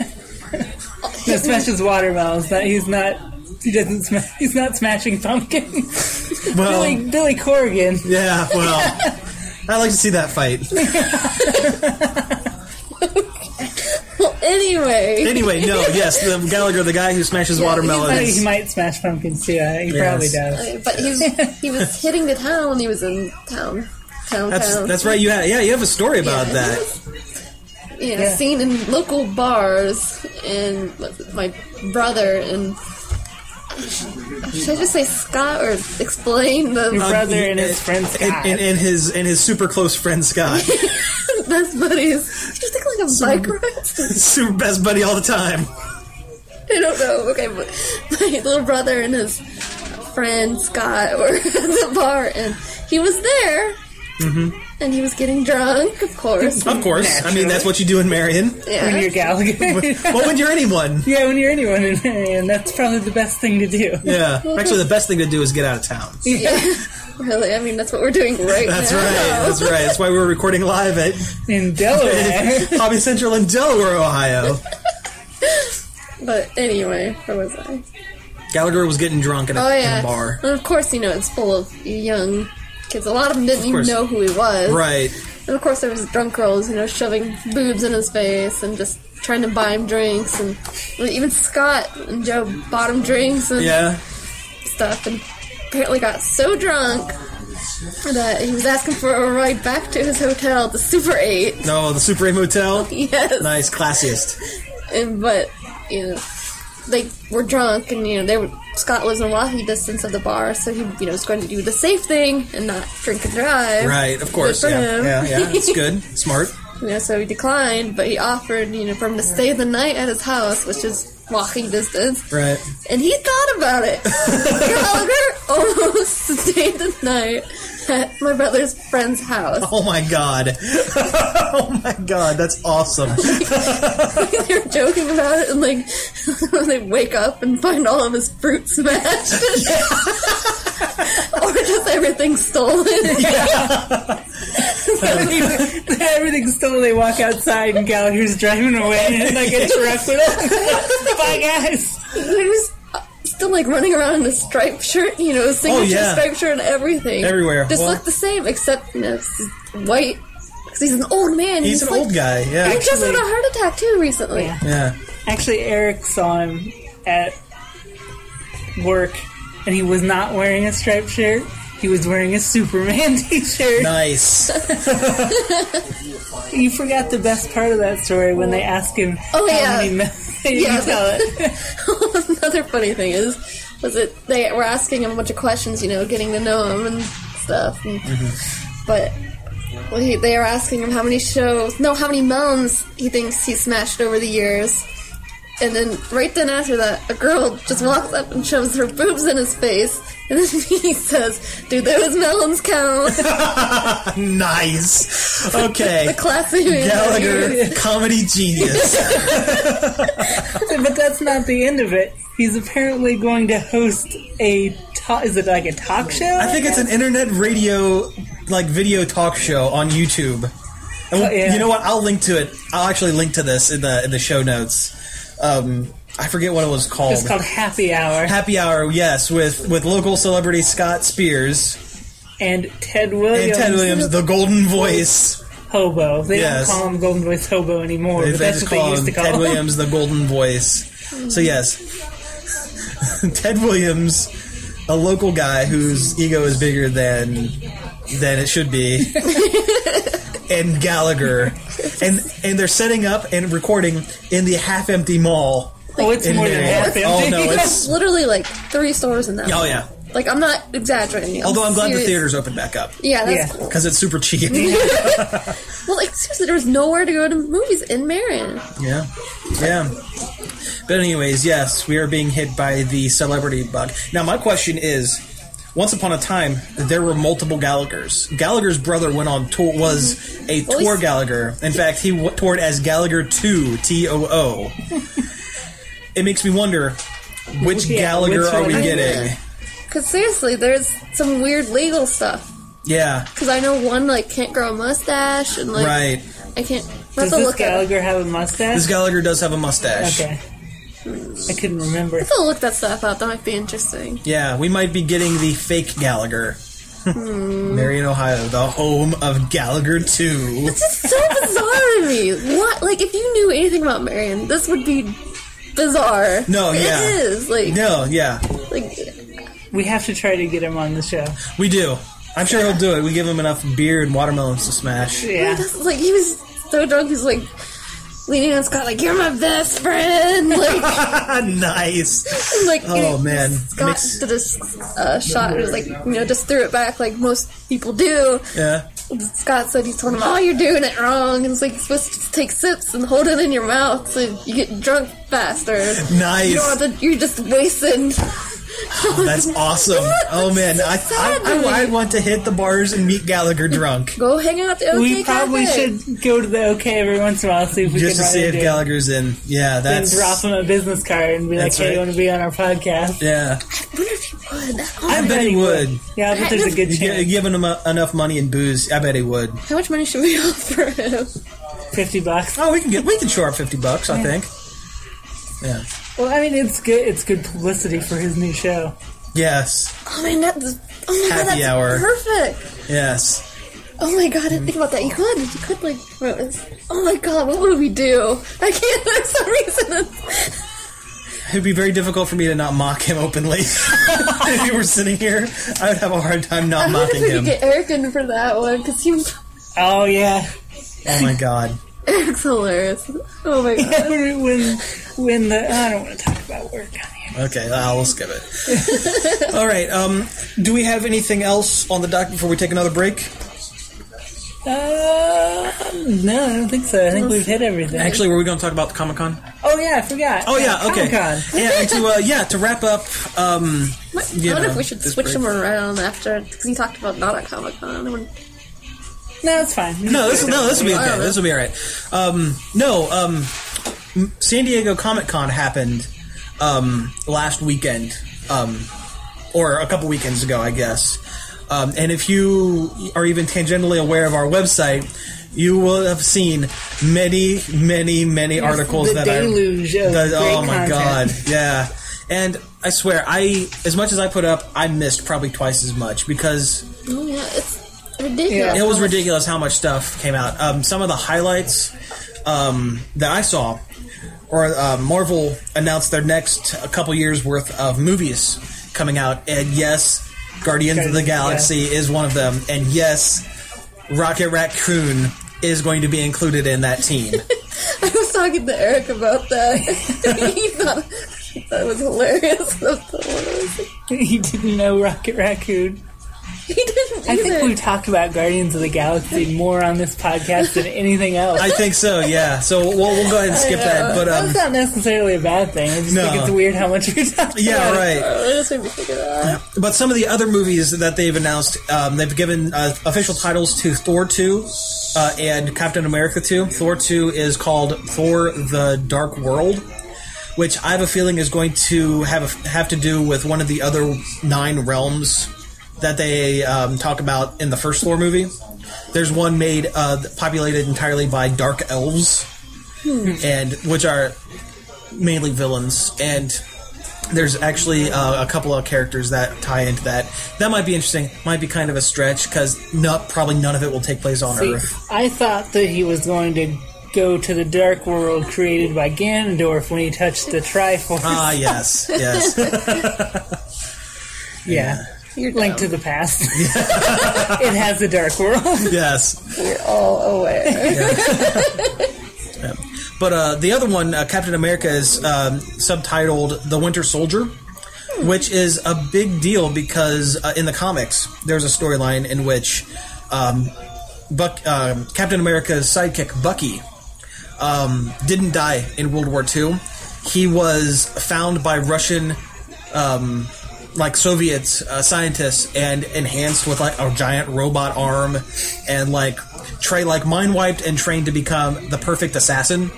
[SPEAKER 2] He smashes watermelons. That he's not. He doesn't. Sma- he's not smashing pumpkins.
[SPEAKER 1] Well-
[SPEAKER 2] Billy, Billy Corrigan.
[SPEAKER 1] Yeah, well, I like to see that fight.
[SPEAKER 3] Well, anyway,
[SPEAKER 1] Anyway, no, yes, the Gallagher, the guy who smashes
[SPEAKER 3] Yeah, he's
[SPEAKER 1] watermelons.
[SPEAKER 2] He, he might smash pumpkins too. Uh, he probably does.
[SPEAKER 3] Uh, but he's he was hitting the town. He was in town, town,
[SPEAKER 1] That's
[SPEAKER 3] town.
[SPEAKER 1] that's right. You have, yeah, you have a story about
[SPEAKER 3] Yeah.
[SPEAKER 1] that.
[SPEAKER 3] you know,
[SPEAKER 2] Yeah.
[SPEAKER 3] seen in local bars, and my brother and should I just say Scott or explain
[SPEAKER 2] Your
[SPEAKER 1] Uh,
[SPEAKER 3] the
[SPEAKER 2] brother and his friend Scott.
[SPEAKER 1] Um, And, and, and his and his super close friend Scott,
[SPEAKER 3] best buddies? Just think like a bike ride.
[SPEAKER 1] super best buddy all the time.
[SPEAKER 3] I don't know. Okay, but my little brother and his friend Scott were at the bar, and he was there. Mm-hmm. And he was getting drunk, of course.
[SPEAKER 1] Of course, I mean that's what you do in Marion.
[SPEAKER 2] when
[SPEAKER 3] Yeah.
[SPEAKER 2] you're Gallagher.
[SPEAKER 1] Well, when you're anyone,
[SPEAKER 2] yeah, when you're anyone in Marion, that's probably the best thing to do.
[SPEAKER 1] yeah. Actually, the best thing to do is get out of town.
[SPEAKER 3] Really, I mean, that's what we're doing right
[SPEAKER 1] That's
[SPEAKER 3] now.
[SPEAKER 1] right. That's right. That's why we're recording live at
[SPEAKER 2] In Delaware.
[SPEAKER 1] Hobby Central in Delaware, Ohio.
[SPEAKER 3] But anyway, where was I?
[SPEAKER 1] Gallagher was getting drunk in a,
[SPEAKER 3] Oh yeah.
[SPEAKER 1] in a bar.
[SPEAKER 3] And of course, you know, it's full of young kids. A lot of them didn't even
[SPEAKER 1] course.
[SPEAKER 3] know who he was.
[SPEAKER 1] Right.
[SPEAKER 3] And of course, there was drunk girls, you know, shoving boobs in his face and just trying to buy him drinks. And I mean, even Scott and Joe bought him drinks and
[SPEAKER 1] Yeah.
[SPEAKER 3] stuff. And apparently got so drunk that he was asking for a ride back to his hotel, the Super 8.
[SPEAKER 1] No, the Super A Motel.
[SPEAKER 3] Yes.
[SPEAKER 1] Nice, classiest.
[SPEAKER 3] and but you know they were drunk and you know they were Scott lives in walking distance of the bar, so he you know was going to do the safe thing and not drink and drive.
[SPEAKER 1] Right. Of course.
[SPEAKER 3] Good for
[SPEAKER 1] Yeah.
[SPEAKER 3] him.
[SPEAKER 1] Yeah. Yeah. It's good. Smart.
[SPEAKER 3] You know, so he declined, but he offered you know for him to stay the night at his house, which is walking distance.
[SPEAKER 1] Right.
[SPEAKER 3] And he thought about it. Gallagher almost stayed the night at my brother's friend's house.
[SPEAKER 1] Oh my god. oh my god, that's awesome.
[SPEAKER 3] they were joking about it, and like when they wake up and find all of his fruit smashed, or just everything stolen.
[SPEAKER 2] Everything's stolen. They walk outside, and Gallagher's driving away, and like a truck with all- Bye, guys.
[SPEAKER 3] They're just uh, still like running around in a striped shirt, you know, signature
[SPEAKER 1] Oh, yeah.
[SPEAKER 3] striped shirt and everything.
[SPEAKER 1] Everywhere.
[SPEAKER 3] just
[SPEAKER 1] Well-
[SPEAKER 3] look the same, except you know, it's white. Because he's an old man.
[SPEAKER 1] He's an
[SPEAKER 3] like,
[SPEAKER 1] old guy.
[SPEAKER 3] He
[SPEAKER 1] Yeah.
[SPEAKER 3] just had a heart attack too recently.
[SPEAKER 2] Yeah.
[SPEAKER 1] Yeah.
[SPEAKER 2] Actually, Eric saw him at work, and he was not wearing a striped shirt. He was wearing a Superman T-shirt.
[SPEAKER 1] Nice.
[SPEAKER 2] You forgot the best part of that story when they asked him.
[SPEAKER 3] Oh,
[SPEAKER 2] how
[SPEAKER 3] yeah.
[SPEAKER 2] many men-
[SPEAKER 3] Yeah.
[SPEAKER 2] you tell it.
[SPEAKER 3] Another funny thing is, was it they
[SPEAKER 1] Mm-hmm.
[SPEAKER 3] were asking him a bunch of questions, you know, getting to know him and stuff, and, but Well, he, they are asking him how many shows, no, how many mounds he thinks he smashed over the years. And then right then after that, a girl just walks up and shoves her boobs in his face. And then he says, do those melons count?
[SPEAKER 1] Nice. Okay.
[SPEAKER 3] the classy man.
[SPEAKER 1] Gallagher, comedy genius.
[SPEAKER 2] But that's not the end of it. He's apparently going to host a talk. Is it like a talk show?
[SPEAKER 1] I think it's an internet radio, like video talk show on YouTube. And we'll-
[SPEAKER 2] Oh, yeah.
[SPEAKER 1] you know what? I'll link to it. I'll actually link to this in the in the show notes. Um, I forget what it was called.
[SPEAKER 2] It's called Happy Hour.
[SPEAKER 1] Happy Hour, yes, with with local celebrity Scott Spears
[SPEAKER 2] and Ted
[SPEAKER 1] and
[SPEAKER 2] Williams.
[SPEAKER 1] Ted Williams, the Golden Voice.
[SPEAKER 2] Hobo. They
[SPEAKER 1] Yes.
[SPEAKER 2] don't call him Golden Voice Hobo anymore,
[SPEAKER 1] They,
[SPEAKER 2] but
[SPEAKER 1] they
[SPEAKER 2] that's
[SPEAKER 1] just
[SPEAKER 2] what they
[SPEAKER 1] call
[SPEAKER 2] used
[SPEAKER 1] him
[SPEAKER 2] to call
[SPEAKER 1] Ted
[SPEAKER 2] him.
[SPEAKER 1] Williams, the Golden Voice. So yes, Ted Williams, a local guy whose ego is bigger than than it should be, and Gallagher, and and they're setting up and recording in the half-empty mall.
[SPEAKER 2] Oh, it's
[SPEAKER 1] in
[SPEAKER 2] more than
[SPEAKER 1] Marion.
[SPEAKER 2] half empty.
[SPEAKER 1] Oh no,
[SPEAKER 3] There's
[SPEAKER 1] it's
[SPEAKER 3] literally like three stores in that.
[SPEAKER 1] oh
[SPEAKER 3] mall.
[SPEAKER 1] yeah.
[SPEAKER 3] Like, I'm not exaggerating. I'm
[SPEAKER 1] Although I'm glad the
[SPEAKER 3] serious.
[SPEAKER 1] theater's opened back up
[SPEAKER 3] Yeah, that's
[SPEAKER 2] Yeah.
[SPEAKER 3] cool.
[SPEAKER 1] because it's super cheap.
[SPEAKER 3] Well, like, seriously, there was nowhere to go to movies in Marion.
[SPEAKER 1] Yeah. Yeah. But anyways, yes, we are being hit by the celebrity bug. Now my question is once upon a time there were multiple Gallagher's. Gallagher's brother went on tour was a
[SPEAKER 3] Well,
[SPEAKER 1] tour
[SPEAKER 3] he's-
[SPEAKER 1] Gallagher. In fact, he w- toured as Gallagher 2, T O O. It makes me wonder which
[SPEAKER 2] Yeah,
[SPEAKER 1] Gallagher
[SPEAKER 2] which
[SPEAKER 1] are we
[SPEAKER 2] one?
[SPEAKER 1] getting?
[SPEAKER 3] Because seriously, there's some weird legal stuff.
[SPEAKER 1] Yeah,
[SPEAKER 3] Because I know one, like, can't grow a mustache, and, like,
[SPEAKER 1] right.
[SPEAKER 3] I can't. I'll
[SPEAKER 2] Does
[SPEAKER 3] have to
[SPEAKER 2] this
[SPEAKER 3] look at it.
[SPEAKER 2] Gallagher have a mustache?
[SPEAKER 1] This Gallagher does have a mustache.
[SPEAKER 2] okay. I couldn't remember.
[SPEAKER 3] I'll look that stuff up. That might be interesting.
[SPEAKER 1] Yeah, we might be getting the fake Gallagher.
[SPEAKER 2] Hmm.
[SPEAKER 1] Marion, Ohio, the home of Gallagher 2.
[SPEAKER 3] It's so bizarre to me. What? Like, if you knew anything about Marion, this would be bizarre.
[SPEAKER 1] No, yeah.
[SPEAKER 3] It is. Like,
[SPEAKER 1] No, yeah,
[SPEAKER 3] like
[SPEAKER 2] We have to try to get him on the show.
[SPEAKER 1] we do. I'm sure he'll do it. We give him enough beer and watermelons to smash.
[SPEAKER 2] Yeah.
[SPEAKER 3] That's- like he was so drunk he's like leaning on Scott like you're my best friend like
[SPEAKER 1] nice.
[SPEAKER 3] and, like
[SPEAKER 1] Oh,
[SPEAKER 3] you-
[SPEAKER 1] man.
[SPEAKER 3] Scott
[SPEAKER 1] Mix-
[SPEAKER 3] did a s- uh, shot and was like you know just threw it back like most people do
[SPEAKER 1] Yeah.
[SPEAKER 3] and Scott said he told him oh you're doing it wrong and it's like you're supposed to just take sips and hold it in your mouth so you get drunk faster you don't
[SPEAKER 1] Nice.
[SPEAKER 3] have to, you're just wasting
[SPEAKER 1] That's awesome. Oh man, I,
[SPEAKER 3] sad
[SPEAKER 1] I,
[SPEAKER 3] to
[SPEAKER 1] I, I
[SPEAKER 3] me.
[SPEAKER 1] want to hit the bars and meet Gallagher drunk
[SPEAKER 3] go hang out at the OK
[SPEAKER 2] we probably
[SPEAKER 3] cafe.
[SPEAKER 2] should go to the OK every once in a while, see if we
[SPEAKER 1] just to
[SPEAKER 2] can
[SPEAKER 1] see
[SPEAKER 2] run
[SPEAKER 1] if
[SPEAKER 2] into him.
[SPEAKER 1] Gallagher's in. Yeah,
[SPEAKER 2] and
[SPEAKER 1] that's
[SPEAKER 2] drop him a business card and be like,
[SPEAKER 1] That's
[SPEAKER 2] "Hey,
[SPEAKER 1] right.
[SPEAKER 2] you want to be on our podcast?"
[SPEAKER 1] yeah.
[SPEAKER 3] I wonder if you would. Oh
[SPEAKER 1] I bet he would.
[SPEAKER 2] Yeah, but there's a good
[SPEAKER 1] You gi-
[SPEAKER 2] chance.
[SPEAKER 1] giving him uh, enough money and booze, I bet he would.
[SPEAKER 3] How much money should we offer him?
[SPEAKER 2] Fifty bucks.
[SPEAKER 1] Oh, we can get we can shore up fifty bucks. I think. Yeah.
[SPEAKER 2] Well, I mean, it's good. It's good publicity for his new show.
[SPEAKER 1] Yes.
[SPEAKER 3] Oh man, that's oh my
[SPEAKER 1] Happy
[SPEAKER 3] god, that's
[SPEAKER 1] hour.
[SPEAKER 3] perfect.
[SPEAKER 1] Yes.
[SPEAKER 3] Oh my god, I didn't think about that. You could, you could like promote this. Oh my god, what would we do? I can't. There's some reason.
[SPEAKER 1] It'd be very difficult for me to not mock him openly. if you were sitting here, I would have a hard time not
[SPEAKER 3] I wonder if
[SPEAKER 1] mocking
[SPEAKER 3] we
[SPEAKER 1] him.
[SPEAKER 3] could get Eric in for that one because he's
[SPEAKER 2] Oh yeah.
[SPEAKER 1] oh my god.
[SPEAKER 3] Eric's hilarious. Oh my god.
[SPEAKER 2] when when- when the I don't want to talk about work on here.
[SPEAKER 1] Okay, I'll skip it. All right. Um, do we have anything else on the dock before we take another break?
[SPEAKER 2] Uh, no, I don't think so. I think we've hit everything.
[SPEAKER 1] Actually, were we going to talk about Comic Con?
[SPEAKER 2] Oh yeah, I forgot.
[SPEAKER 1] Oh yeah. Okay.
[SPEAKER 2] Comic-Con.
[SPEAKER 1] Yeah. And to uh, yeah to wrap up. Um, you
[SPEAKER 3] I wonder
[SPEAKER 1] know,
[SPEAKER 3] if we should
[SPEAKER 1] this
[SPEAKER 3] switch
[SPEAKER 1] break.
[SPEAKER 3] him around after because he talked about not at Oh, Comic Con.
[SPEAKER 2] No, it's fine.
[SPEAKER 1] No, this no, this will be okay. This will be all right. Um, no, um, m- San Diego Comic Con happened um, last weekend, um, or a couple weekends ago, I guess. Um, and if you are even tangentially aware of our website, you will have seen many, many, many articles
[SPEAKER 2] the
[SPEAKER 1] that
[SPEAKER 2] deluge
[SPEAKER 1] I.
[SPEAKER 2] of
[SPEAKER 1] that- oh
[SPEAKER 2] great
[SPEAKER 1] my
[SPEAKER 2] content.
[SPEAKER 1] god! Yeah, and I swear, I as much as I put up, I missed probably twice as much because
[SPEAKER 3] Oh yeah, it's ridiculous.
[SPEAKER 1] it was ridiculous how much stuff came out. Um, some of the highlights um, that I saw, or uh, Marvel announced their next a couple years worth of movies coming out, and yes, Guardians of the
[SPEAKER 2] Guardians,
[SPEAKER 1] Galaxy
[SPEAKER 2] yeah.
[SPEAKER 1] is one of them, and yes, Rocket Raccoon is going to be included in that team.
[SPEAKER 3] I was talking to Eric about that. he thought he thought it was hilarious. That's the one I was like-
[SPEAKER 2] He didn't know Rocket Raccoon.
[SPEAKER 3] He didn't
[SPEAKER 2] I think
[SPEAKER 3] either.
[SPEAKER 2] we've talked about Guardians of the Galaxy more on this podcast than anything else.
[SPEAKER 1] I um, think so. Yeah. So we'll, we'll go ahead and skip that. But um,
[SPEAKER 2] That's not necessarily a bad thing. I just
[SPEAKER 1] No.
[SPEAKER 2] think it's weird how much we talked
[SPEAKER 1] yeah,
[SPEAKER 2] about it.
[SPEAKER 1] right.
[SPEAKER 3] That just made me think of that.
[SPEAKER 1] But some of the other movies that they've announced, um, they've given uh, official titles to Thor 2 uh, and Captain America 2. Thor 2 is called Thor the Dark World, which I have a feeling is going to have, have to do with one of the other nine realms that they um, talk about in the first Thor movie. There's one made uh, populated entirely by dark elves, and which are mainly villains. And there's actually uh, a couple of characters that tie into that. That might be interesting. Might be kind of a stretch because not probably none of it will take place on
[SPEAKER 2] See,
[SPEAKER 1] Earth.
[SPEAKER 2] I thought that he was going to go to the dark world created by Ganondorf when he touched the Triforce.
[SPEAKER 1] Ah, yes, yes.
[SPEAKER 2] yeah.
[SPEAKER 3] You're
[SPEAKER 2] Link to
[SPEAKER 3] dumb.
[SPEAKER 2] the past. it has a dark world.
[SPEAKER 1] yes.
[SPEAKER 3] You're all
[SPEAKER 1] Oh,
[SPEAKER 3] aware.
[SPEAKER 1] But uh, the other one, uh, Captain America, is um, subtitled "The Winter Soldier," which is a big deal because uh, in the comics there's a storyline in which um, Buck, um, Captain America's sidekick Bucky um, didn't die in World War II. He was found by Russian, um, like Soviet uh, scientists, and enhanced with like a giant robot arm, and like trained, like mind wiped, and trained to become the perfect assassin.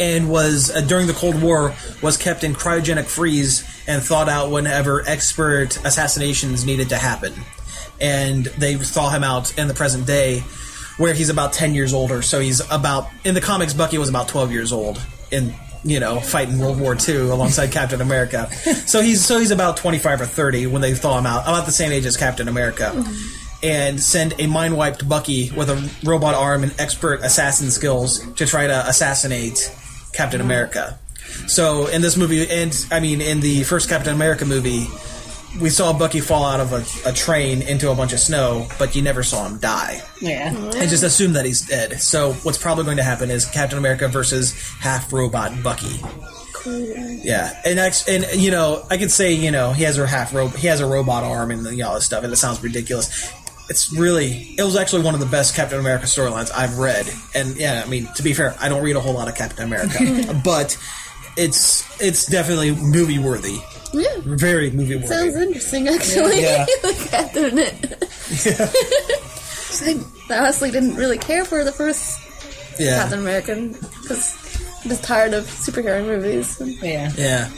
[SPEAKER 1] And was uh, during the Cold War was kept in cryogenic freeze and thawed out whenever expert assassinations needed to happen. And they thaw him out in the present day, where he's about 10 years older. So he's about, in the comics, Bucky was about 12 years old in, you know, fighting World War II alongside Captain America. So he's, so he's about 25 or 30 when they thaw him out, about the same age as Captain America. And send a mind wiped Bucky with a robot arm and expert assassin skills to try to assassinate Captain America. So in this movie, and I mean, in the first Captain America movie, we saw Bucky fall out of a, a train into a bunch of snow, but you never saw him die
[SPEAKER 2] Yeah.
[SPEAKER 1] and just assume that he's dead. So what's probably going to happen is Captain America versus half robot Bucky. Yeah, and ex- and you know I could say you know he has a half robe, he has a robot arm and you know, all this stuff, and it sounds ridiculous. It's really it was actually one of the best Captain America storylines I've read, and yeah, I mean to be fair, I don't read a whole lot of Captain America, but it's it's definitely movie worthy,
[SPEAKER 3] Yeah.
[SPEAKER 1] very movie worthy.
[SPEAKER 3] Sounds interesting, actually.
[SPEAKER 1] Yeah.
[SPEAKER 3] Look at that, didn't it? I honestly didn't really care for the first
[SPEAKER 1] yeah,
[SPEAKER 3] Captain American because I'm just tired of superhero movies. But
[SPEAKER 2] Yeah.
[SPEAKER 1] yeah.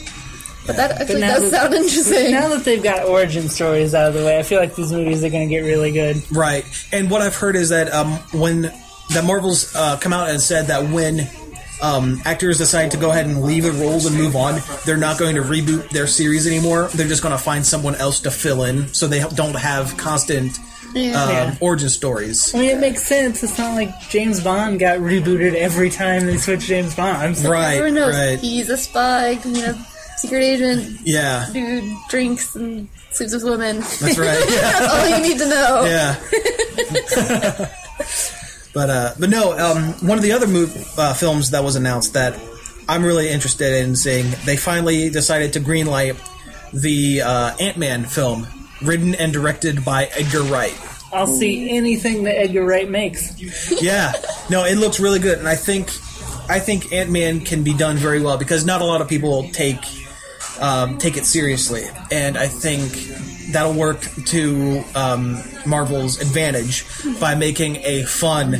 [SPEAKER 3] that actually
[SPEAKER 2] now
[SPEAKER 3] does
[SPEAKER 2] that-
[SPEAKER 3] sound interesting.
[SPEAKER 2] Now that they've got origin stories out of the way, I feel like these movies are going to get really good.
[SPEAKER 1] Right. And what I've heard is that um, when that Marvel's uh, come out and said that when um, actors decide to go ahead and leave the roles and move on, they're not going to reboot their series anymore. They're just going to find someone else to fill in, so they don't have constant uh,
[SPEAKER 2] Yeah.
[SPEAKER 1] origin stories.
[SPEAKER 2] I mean, it makes sense. It's not like James Bond got rebooted every time they switched James Bond. So
[SPEAKER 1] Right.
[SPEAKER 3] Everyone knows
[SPEAKER 1] Right.
[SPEAKER 3] he's a spy, you know, secret agent
[SPEAKER 1] Yeah.
[SPEAKER 3] who drinks and sleeps with women.
[SPEAKER 1] That's right. Yeah.
[SPEAKER 3] That's all you need to know.
[SPEAKER 1] Yeah. but uh, but no, um, one of the other mov- uh, films that was announced that I'm really interested in seeing. They finally decided to greenlight the uh, Ant Man film, written and directed by Edgar Wright.
[SPEAKER 2] I'll see anything that Edgar Wright makes.
[SPEAKER 1] Yeah, no, it looks really good, and I think I think Ant Man can be done very well because not a lot of people take um, take it seriously, and I think that'll work to um, Marvel's advantage by making a fun,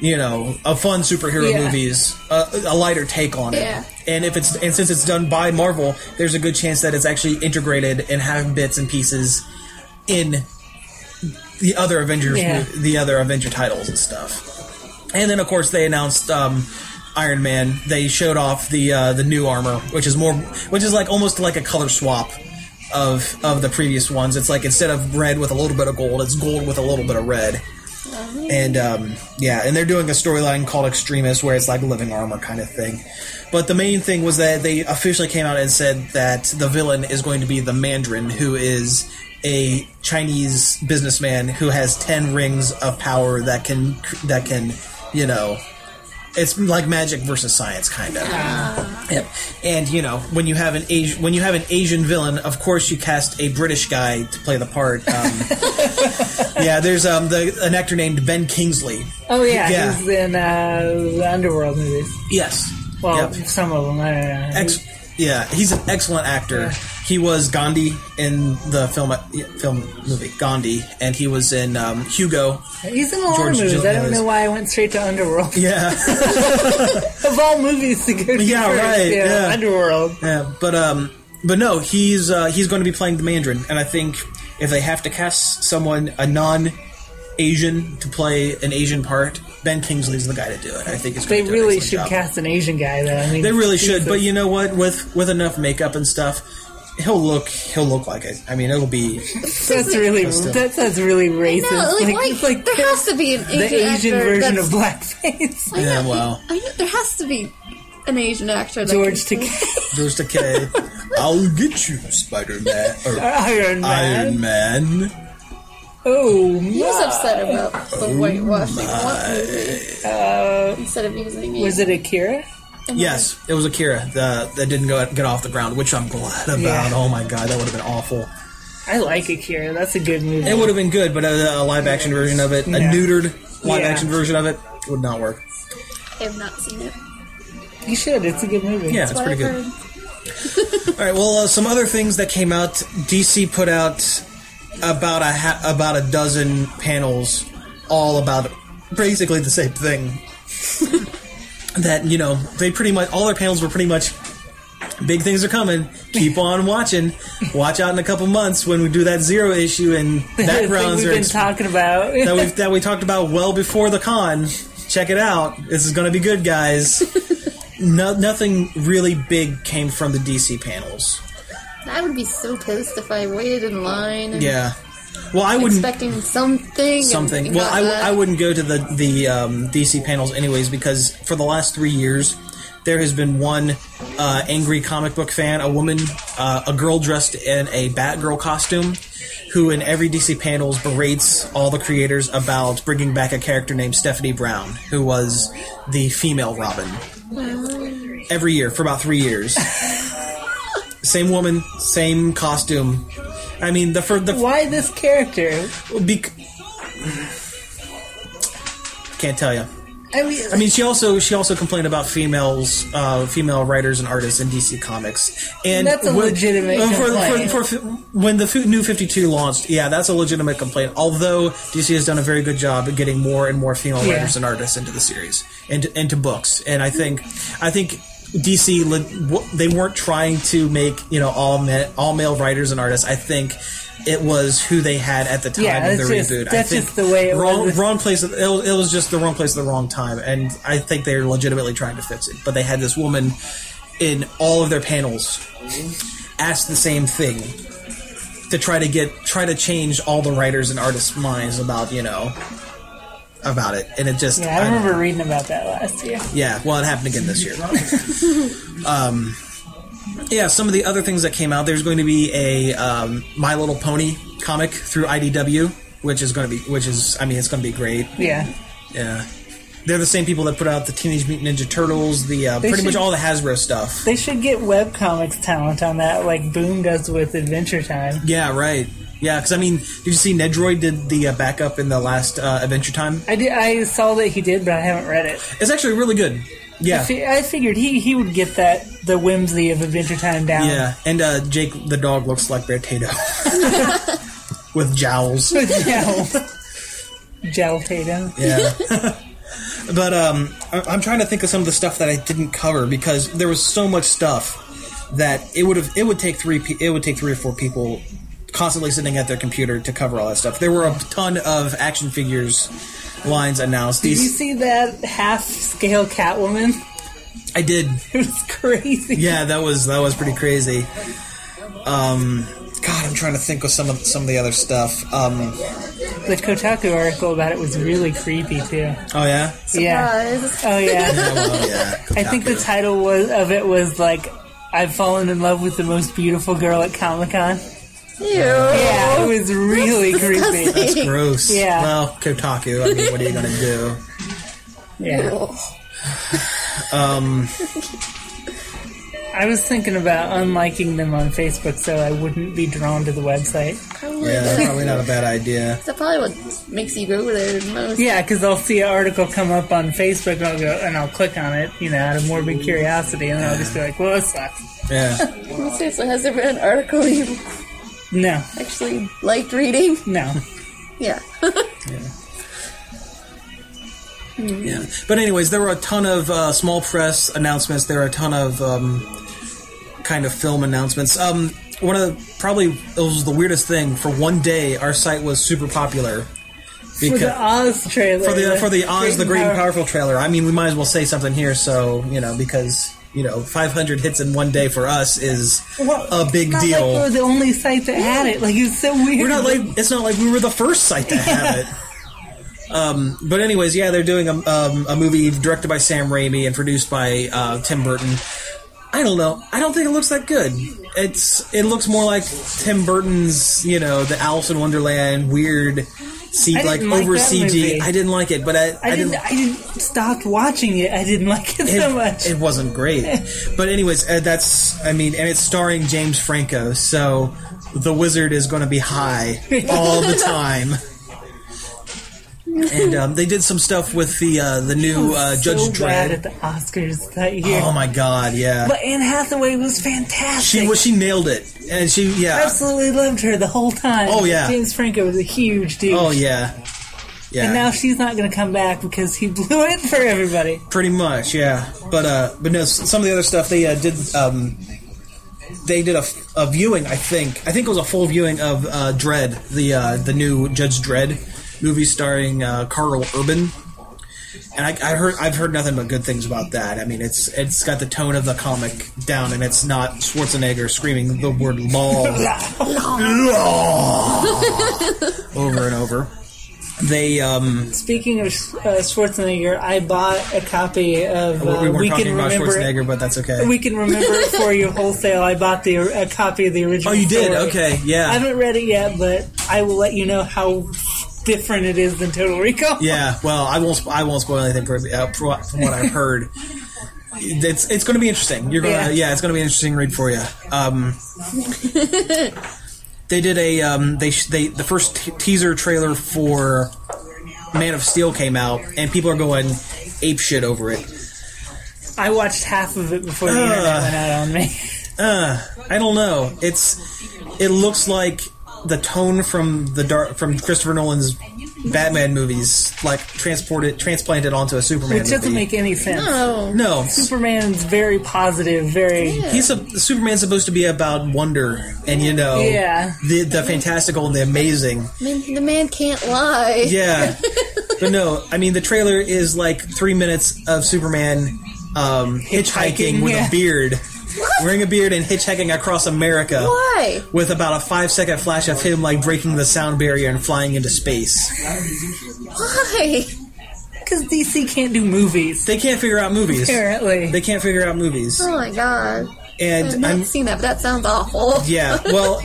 [SPEAKER 1] you know, a fun superhero
[SPEAKER 2] Yeah.
[SPEAKER 1] movies uh, a lighter take on it.
[SPEAKER 3] Yeah.
[SPEAKER 1] And if it's and since it's done by Marvel, there's a good chance that it's actually integrated and have bits and pieces in the other Avengers,
[SPEAKER 2] Yeah.
[SPEAKER 1] mov- the other Avenger titles and stuff. And then, of course, they announced um, Iron Man. They showed off the uh, the new armor, which is more, which is like almost like a color swap of of the previous ones. It's like instead of red with a little bit of gold, it's gold with a little bit of red. And um, yeah, and they're doing a storyline called Extremist, where it's like living armor kind of thing. But the main thing was that they officially came out and said that the villain is going to be the Mandarin, who is a Chinese businessman who has ten rings of power that can that can you know, it's like magic versus science kind of. Yep. And you know, when you have an Asian when you have an Asian villain, of course you cast a British guy to play the part. Um, yeah, there's um, the, an actor named Ben Kingsley.
[SPEAKER 2] Oh yeah,
[SPEAKER 1] Yeah.
[SPEAKER 2] he's in uh, the Underworld movies.
[SPEAKER 1] Yes.
[SPEAKER 2] Well,
[SPEAKER 1] Yep.
[SPEAKER 2] some of them. I don't know.
[SPEAKER 1] Ex- yeah, he's an excellent actor. He was Gandhi in the film yeah, film movie Gandhi, and he was in um, Hugo.
[SPEAKER 2] he's in a lot
[SPEAKER 1] George
[SPEAKER 2] of movies. I
[SPEAKER 1] Gyllenhaal
[SPEAKER 2] don't
[SPEAKER 1] is-
[SPEAKER 2] know why I went straight to Underworld.
[SPEAKER 1] Yeah.
[SPEAKER 2] of all movies to go to
[SPEAKER 1] Yeah,
[SPEAKER 2] first,
[SPEAKER 1] right, yeah.
[SPEAKER 2] Underworld.
[SPEAKER 1] Yeah, but um, but no, he's uh, he's going to be playing the Mandarin, and I think if they have to cast someone a non Asian to play an Asian part, Ben Kingsley's the guy to do it. I think it's
[SPEAKER 2] They
[SPEAKER 1] gonna do an
[SPEAKER 2] really
[SPEAKER 1] excellent
[SPEAKER 2] should
[SPEAKER 1] job.
[SPEAKER 2] cast an Asian guy, though. I mean,
[SPEAKER 1] They really should,
[SPEAKER 2] Jesus.
[SPEAKER 1] but you know what? With with enough makeup and stuff, he'll look he'll look like it. I mean, it'll be
[SPEAKER 2] that's really
[SPEAKER 1] still-
[SPEAKER 2] that sounds really racist.
[SPEAKER 3] No, like, why-
[SPEAKER 2] it's like
[SPEAKER 3] there has to be an Asian,
[SPEAKER 2] the Asian
[SPEAKER 3] actor
[SPEAKER 2] version
[SPEAKER 3] that's-
[SPEAKER 2] of blackface.
[SPEAKER 3] I know,
[SPEAKER 1] Yeah, wow.
[SPEAKER 3] I know, there has to be an Asian actor. that
[SPEAKER 2] George
[SPEAKER 3] can-
[SPEAKER 2] Takei,
[SPEAKER 1] George Takei. I'll get you, Spider Man or
[SPEAKER 2] Iron Man.
[SPEAKER 1] Iron Man.
[SPEAKER 2] Oh,
[SPEAKER 3] He was
[SPEAKER 2] my.
[SPEAKER 3] upset about the whitewashing one movie instead of using it.
[SPEAKER 2] was it Akira?
[SPEAKER 1] Uh, Yes, it was Akira that, that didn't go get off the ground, which I'm glad about.
[SPEAKER 2] Yeah.
[SPEAKER 1] Oh my god, that would have been awful.
[SPEAKER 2] I like Akira. That's a good movie.
[SPEAKER 1] It would have been good, but a, a live action version of it, a
[SPEAKER 2] Yeah.
[SPEAKER 1] neutered live
[SPEAKER 2] Yeah.
[SPEAKER 1] action version of it, would not work.
[SPEAKER 3] I have not seen it.
[SPEAKER 2] you should. It's a good movie.
[SPEAKER 1] Yeah, it's
[SPEAKER 3] But
[SPEAKER 1] pretty
[SPEAKER 3] I've
[SPEAKER 1] good.
[SPEAKER 3] heard
[SPEAKER 1] All right, well, uh, some other things that came out. DC put out about a ha- about a dozen panels, all about basically the same thing. that you know, they pretty much all their panels were pretty much big things are coming. Keep on watching. Watch out in a couple months when we do that zero issue and
[SPEAKER 2] The thing
[SPEAKER 1] backgrounds
[SPEAKER 2] we've
[SPEAKER 1] are
[SPEAKER 2] been
[SPEAKER 1] ex-
[SPEAKER 2] talking about.
[SPEAKER 1] that we that we talked about well before the con. Check it out. This is going to be good, guys. No, nothing really big came from the DC panels.
[SPEAKER 3] I would be so pissed if I waited in line. And
[SPEAKER 1] Yeah. Well, I wouldn't
[SPEAKER 3] expecting uh, something. and
[SPEAKER 1] something.
[SPEAKER 3] got
[SPEAKER 1] Well, I, w-
[SPEAKER 3] that.
[SPEAKER 1] I wouldn't go to the the um, DC panels anyways because for the last three years there has been one uh, angry comic book fan, a woman, uh, a girl dressed in a Batgirl costume, who in every DC panels berates all the creators about bringing back a character named Stephanie Brown, who was the female Robin. Every year for about three years. Same woman, same costume. I mean, the for the
[SPEAKER 2] Why this character?
[SPEAKER 1] Bec- can't tell you.
[SPEAKER 2] I mean,
[SPEAKER 1] I mean, she also she also complained about females, uh, female writers and artists in DC Comics, and
[SPEAKER 2] That's a legitimate
[SPEAKER 1] uh, for-
[SPEAKER 2] complaint.
[SPEAKER 1] For, for, when the f- new Fifty Two launched, yeah, that's a legitimate complaint. Although DC has done a very good job at getting more and more female
[SPEAKER 2] Yeah.
[SPEAKER 1] writers and artists into the series and into books, and I think I think DC le- w- they weren't trying to make you know all ma- all male writers and artists. I think. It was who they had at the time
[SPEAKER 2] Yeah,
[SPEAKER 1] of the
[SPEAKER 2] that's just-
[SPEAKER 1] reboot.
[SPEAKER 2] that's
[SPEAKER 1] I think
[SPEAKER 2] just the way it
[SPEAKER 1] wrong,
[SPEAKER 2] was.
[SPEAKER 1] wrong place. It was, it was just the wrong place at the wrong time, and I think they're legitimately trying to fix it. But they had this woman in all of their panels ask the same thing to try to get try to change all the writers and artists' minds about you know about it, and it just
[SPEAKER 2] yeah, I
[SPEAKER 1] I'm-
[SPEAKER 2] remember reading about that last year.
[SPEAKER 1] yeah, well, it happened again this year. um, yeah, some of the other things that came out. There's going to be a um, My Little Pony comic through IDW, which is going to be, which is, I mean, it's going to be great.
[SPEAKER 2] Yeah,
[SPEAKER 1] Yeah, they're the same people that put out the Teenage Mutant Ninja Turtles, the uh, pretty much
[SPEAKER 2] should-
[SPEAKER 1] all the Hasbro stuff.
[SPEAKER 2] they should get webcomics talent on that, like Boom does with Adventure Time.
[SPEAKER 1] yeah, right. Yeah, because I mean, did you see Nedroid did the uh, backup in the last uh, Adventure Time?
[SPEAKER 2] I did. I saw that he did, but I haven't read it.
[SPEAKER 1] It's actually really good. Yeah,
[SPEAKER 2] Fi- I figured he he would get that the whimsy of Adventure Time down.
[SPEAKER 1] yeah, and uh, Jake the dog looks like Bear Tato with jowls.
[SPEAKER 2] Gel. Gel Tatum.
[SPEAKER 1] Yeah. but um, I- I'm trying to think of some of the stuff that I didn't cover because there was so much stuff that it would have it would take three pe- it would take three or four people constantly sitting at their computer to cover all that stuff. There were a ton of action figures lines announced.
[SPEAKER 2] Did you
[SPEAKER 1] These
[SPEAKER 2] see that half scale Catwoman?
[SPEAKER 1] I did.
[SPEAKER 2] It was crazy.
[SPEAKER 1] Yeah, that was that was pretty crazy. Um, God, I'm trying to think of some of some of the other stuff. Um,
[SPEAKER 2] The Kotaku article about it was really creepy too.
[SPEAKER 1] oh yeah,
[SPEAKER 2] Yeah.
[SPEAKER 3] Surprise.
[SPEAKER 2] Oh yeah.
[SPEAKER 1] oh yeah.
[SPEAKER 2] I think the title was of it was like I've fallen in love with the most beautiful girl at Comic Con.
[SPEAKER 3] Ew.
[SPEAKER 2] Yeah, it was really creepy.
[SPEAKER 3] Disgusting.
[SPEAKER 1] Gross.
[SPEAKER 2] Yeah.
[SPEAKER 1] Well, Kotaku. I mean, what are you gonna do?
[SPEAKER 2] Yeah. I was thinking about unliking them on Facebook so I wouldn't be drawn to the website.
[SPEAKER 3] Probably.
[SPEAKER 1] Yeah,
[SPEAKER 3] Yeah.
[SPEAKER 1] probably not a bad idea.
[SPEAKER 3] That's probably what makes you go there the most.
[SPEAKER 2] Yeah, because I'll see an article come up on Facebook and I'll go and I'll click on it, you know, out of morbid curiosity, and I'll just be like, "Well, it sucks."
[SPEAKER 1] Yeah.
[SPEAKER 3] Seriously, has there been an article you
[SPEAKER 2] No,
[SPEAKER 3] actually liked reading?
[SPEAKER 2] no.
[SPEAKER 3] Yeah.
[SPEAKER 1] Yeah. But anyways, there were a ton of uh, small press announcements. There were a ton of um, kind of film announcements. Um, one of the, probably it was the weirdest thing. For one day, our site was super popular.
[SPEAKER 2] For the Oz trailer,
[SPEAKER 1] for the for the Oz the Great and
[SPEAKER 2] Power-
[SPEAKER 1] Powerful trailer. I mean, we might as well say something here. So you know, because you know, 500 hits in one day for us is
[SPEAKER 2] Well,
[SPEAKER 1] a big
[SPEAKER 2] it's not
[SPEAKER 1] deal.
[SPEAKER 2] Like we're the only site that had it. Like it's so weird.
[SPEAKER 1] We're not like it's not like we were the first site to have it. Um, but anyways, yeah, they're doing a, um, a movie directed by Sam Raimi and produced by uh, Tim Burton. I don't know. I don't think it looks that good. It's it looks more like Tim Burton's, you know, the Alice in Wonderland weird, see,
[SPEAKER 2] I
[SPEAKER 1] like
[SPEAKER 2] didn't like
[SPEAKER 1] over
[SPEAKER 2] that
[SPEAKER 1] CG.
[SPEAKER 2] movie.
[SPEAKER 1] I didn't like it, but I,
[SPEAKER 2] I didn't. I didn't stopped watching it. I didn't like it,
[SPEAKER 1] it,
[SPEAKER 2] so much.
[SPEAKER 1] it wasn't great. but anyways, uh, that's I mean, and it's starring James Franco, so the wizard is going to be high all the time. and um, they did some stuff with the uh, the new uh, Judge
[SPEAKER 2] Oh, so bad
[SPEAKER 1] Dredd.
[SPEAKER 2] at the Oscars that year.
[SPEAKER 1] Oh my god, yeah.
[SPEAKER 2] But Anne Hathaway was fantastic.
[SPEAKER 1] she was she nailed it, and she yeah.
[SPEAKER 2] absolutely loved her the whole time.
[SPEAKER 1] Oh, yeah.
[SPEAKER 2] James Franco was a huge dude.
[SPEAKER 1] Oh yeah, yeah.
[SPEAKER 2] And now she's not going to come back because he blew it for everybody.
[SPEAKER 1] pretty much yeah but uh but no s- some of the other stuff they uh, did um they did a, f- a viewing i think i think it was a full viewing of uh dread the uh the new judge dread movie starring uh carl urban and I, I heard I've heard nothing but good things about that. I mean, it's it's got the tone of the comic down, and it's not Schwarzenegger screaming the word "law" over and over. They um,
[SPEAKER 2] Speaking of uh, Schwarzenegger, I bought a copy of uh,
[SPEAKER 1] we weren't
[SPEAKER 2] We Can
[SPEAKER 1] talking about
[SPEAKER 2] Remember.
[SPEAKER 1] Schwarzenegger, but that's okay.
[SPEAKER 2] We can remember it for you wholesale. I bought the a copy of the original.
[SPEAKER 1] Oh, you did?
[SPEAKER 2] story.
[SPEAKER 1] Okay, yeah.
[SPEAKER 2] I haven't read it yet, but I will let you know how different it is than Total Recall.
[SPEAKER 1] Yeah, well, I won't. sp- I won't spoil anything for, uh, for what, from what I've heard. It's it's going to be interesting. You're gonna yeah.
[SPEAKER 2] Yeah.
[SPEAKER 1] it's going to be an interesting read for you. Um, they did a um, they sh- they the first t- teaser trailer for Man of Steel came out, and people are going ape shit over it.
[SPEAKER 2] I watched half of it before the internet went out on me.
[SPEAKER 1] uh, I don't know. It's it looks like the tone from the dark from Christopher Nolan's Batman movies, like transported transplanted onto a Superman.
[SPEAKER 2] Which doesn't
[SPEAKER 1] movie.
[SPEAKER 2] make any sense.
[SPEAKER 3] Oh.
[SPEAKER 1] no.
[SPEAKER 2] Superman's very positive, very
[SPEAKER 1] He's a, Superman's supposed to be about wonder, and you know,
[SPEAKER 2] Yeah.
[SPEAKER 1] the the fantastical and the amazing.
[SPEAKER 3] I mean, the man can't lie.
[SPEAKER 1] Yeah. but no, I mean the trailer is like three minutes of Superman um, hitchhiking,
[SPEAKER 2] Hitchhiking,
[SPEAKER 1] with
[SPEAKER 2] yeah.
[SPEAKER 1] a beard, wearing a beard and hitchhiking across America.
[SPEAKER 3] Why?
[SPEAKER 1] With about a five second flash of him like breaking the sound barrier and flying into space.
[SPEAKER 3] Why?
[SPEAKER 2] because DC can't do movies.
[SPEAKER 1] They can't figure out movies.
[SPEAKER 2] Apparently,
[SPEAKER 1] They can't figure out movies,
[SPEAKER 3] Oh my god. I've
[SPEAKER 1] and
[SPEAKER 3] not
[SPEAKER 1] I'm
[SPEAKER 3] seen that, but that sounds awful.
[SPEAKER 1] yeah. Well,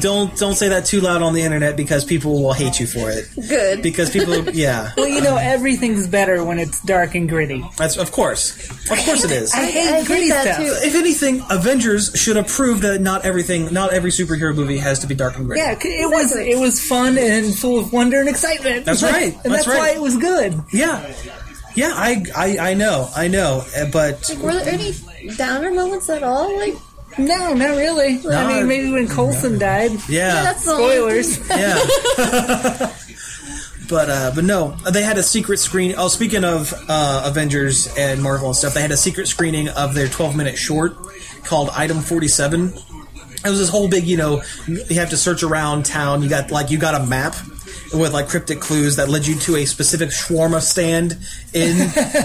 [SPEAKER 1] don't don't say that too loud on the internet because people will hate you for it.
[SPEAKER 3] Good.
[SPEAKER 1] Because people, yeah.
[SPEAKER 2] well, you know, everything's better when it's dark and gritty.
[SPEAKER 1] That's of course, of course it is.
[SPEAKER 2] I
[SPEAKER 3] I
[SPEAKER 2] hate
[SPEAKER 3] hate
[SPEAKER 2] gritty
[SPEAKER 3] that
[SPEAKER 2] stuff.
[SPEAKER 3] too.
[SPEAKER 1] If anything, Avengers should have proved that not everything, not every superhero movie has to be dark and gritty.
[SPEAKER 2] Yeah, c- it was it was fun and full of wonder and excitement.
[SPEAKER 1] That's right.
[SPEAKER 2] and
[SPEAKER 1] That's
[SPEAKER 2] that's,
[SPEAKER 1] right.
[SPEAKER 2] why it was good.
[SPEAKER 1] yeah, yeah. I, I, I know, I know. uh, But
[SPEAKER 3] Like, were there any downer moments at all? Like,
[SPEAKER 2] No, not really. I mean, maybe when Colson died.
[SPEAKER 1] yeah,
[SPEAKER 3] that's the only
[SPEAKER 2] Spoilers.
[SPEAKER 1] yeah. but uh, but no, they had a secret screen. Oh, speaking of uh, Avengers and Marvel and stuff, they had a secret screening of their 12 minute short called Item 47. It was this whole big, you know, you have to search around town. You got like you got a map with like cryptic clues that led you to a specific shawarma stand in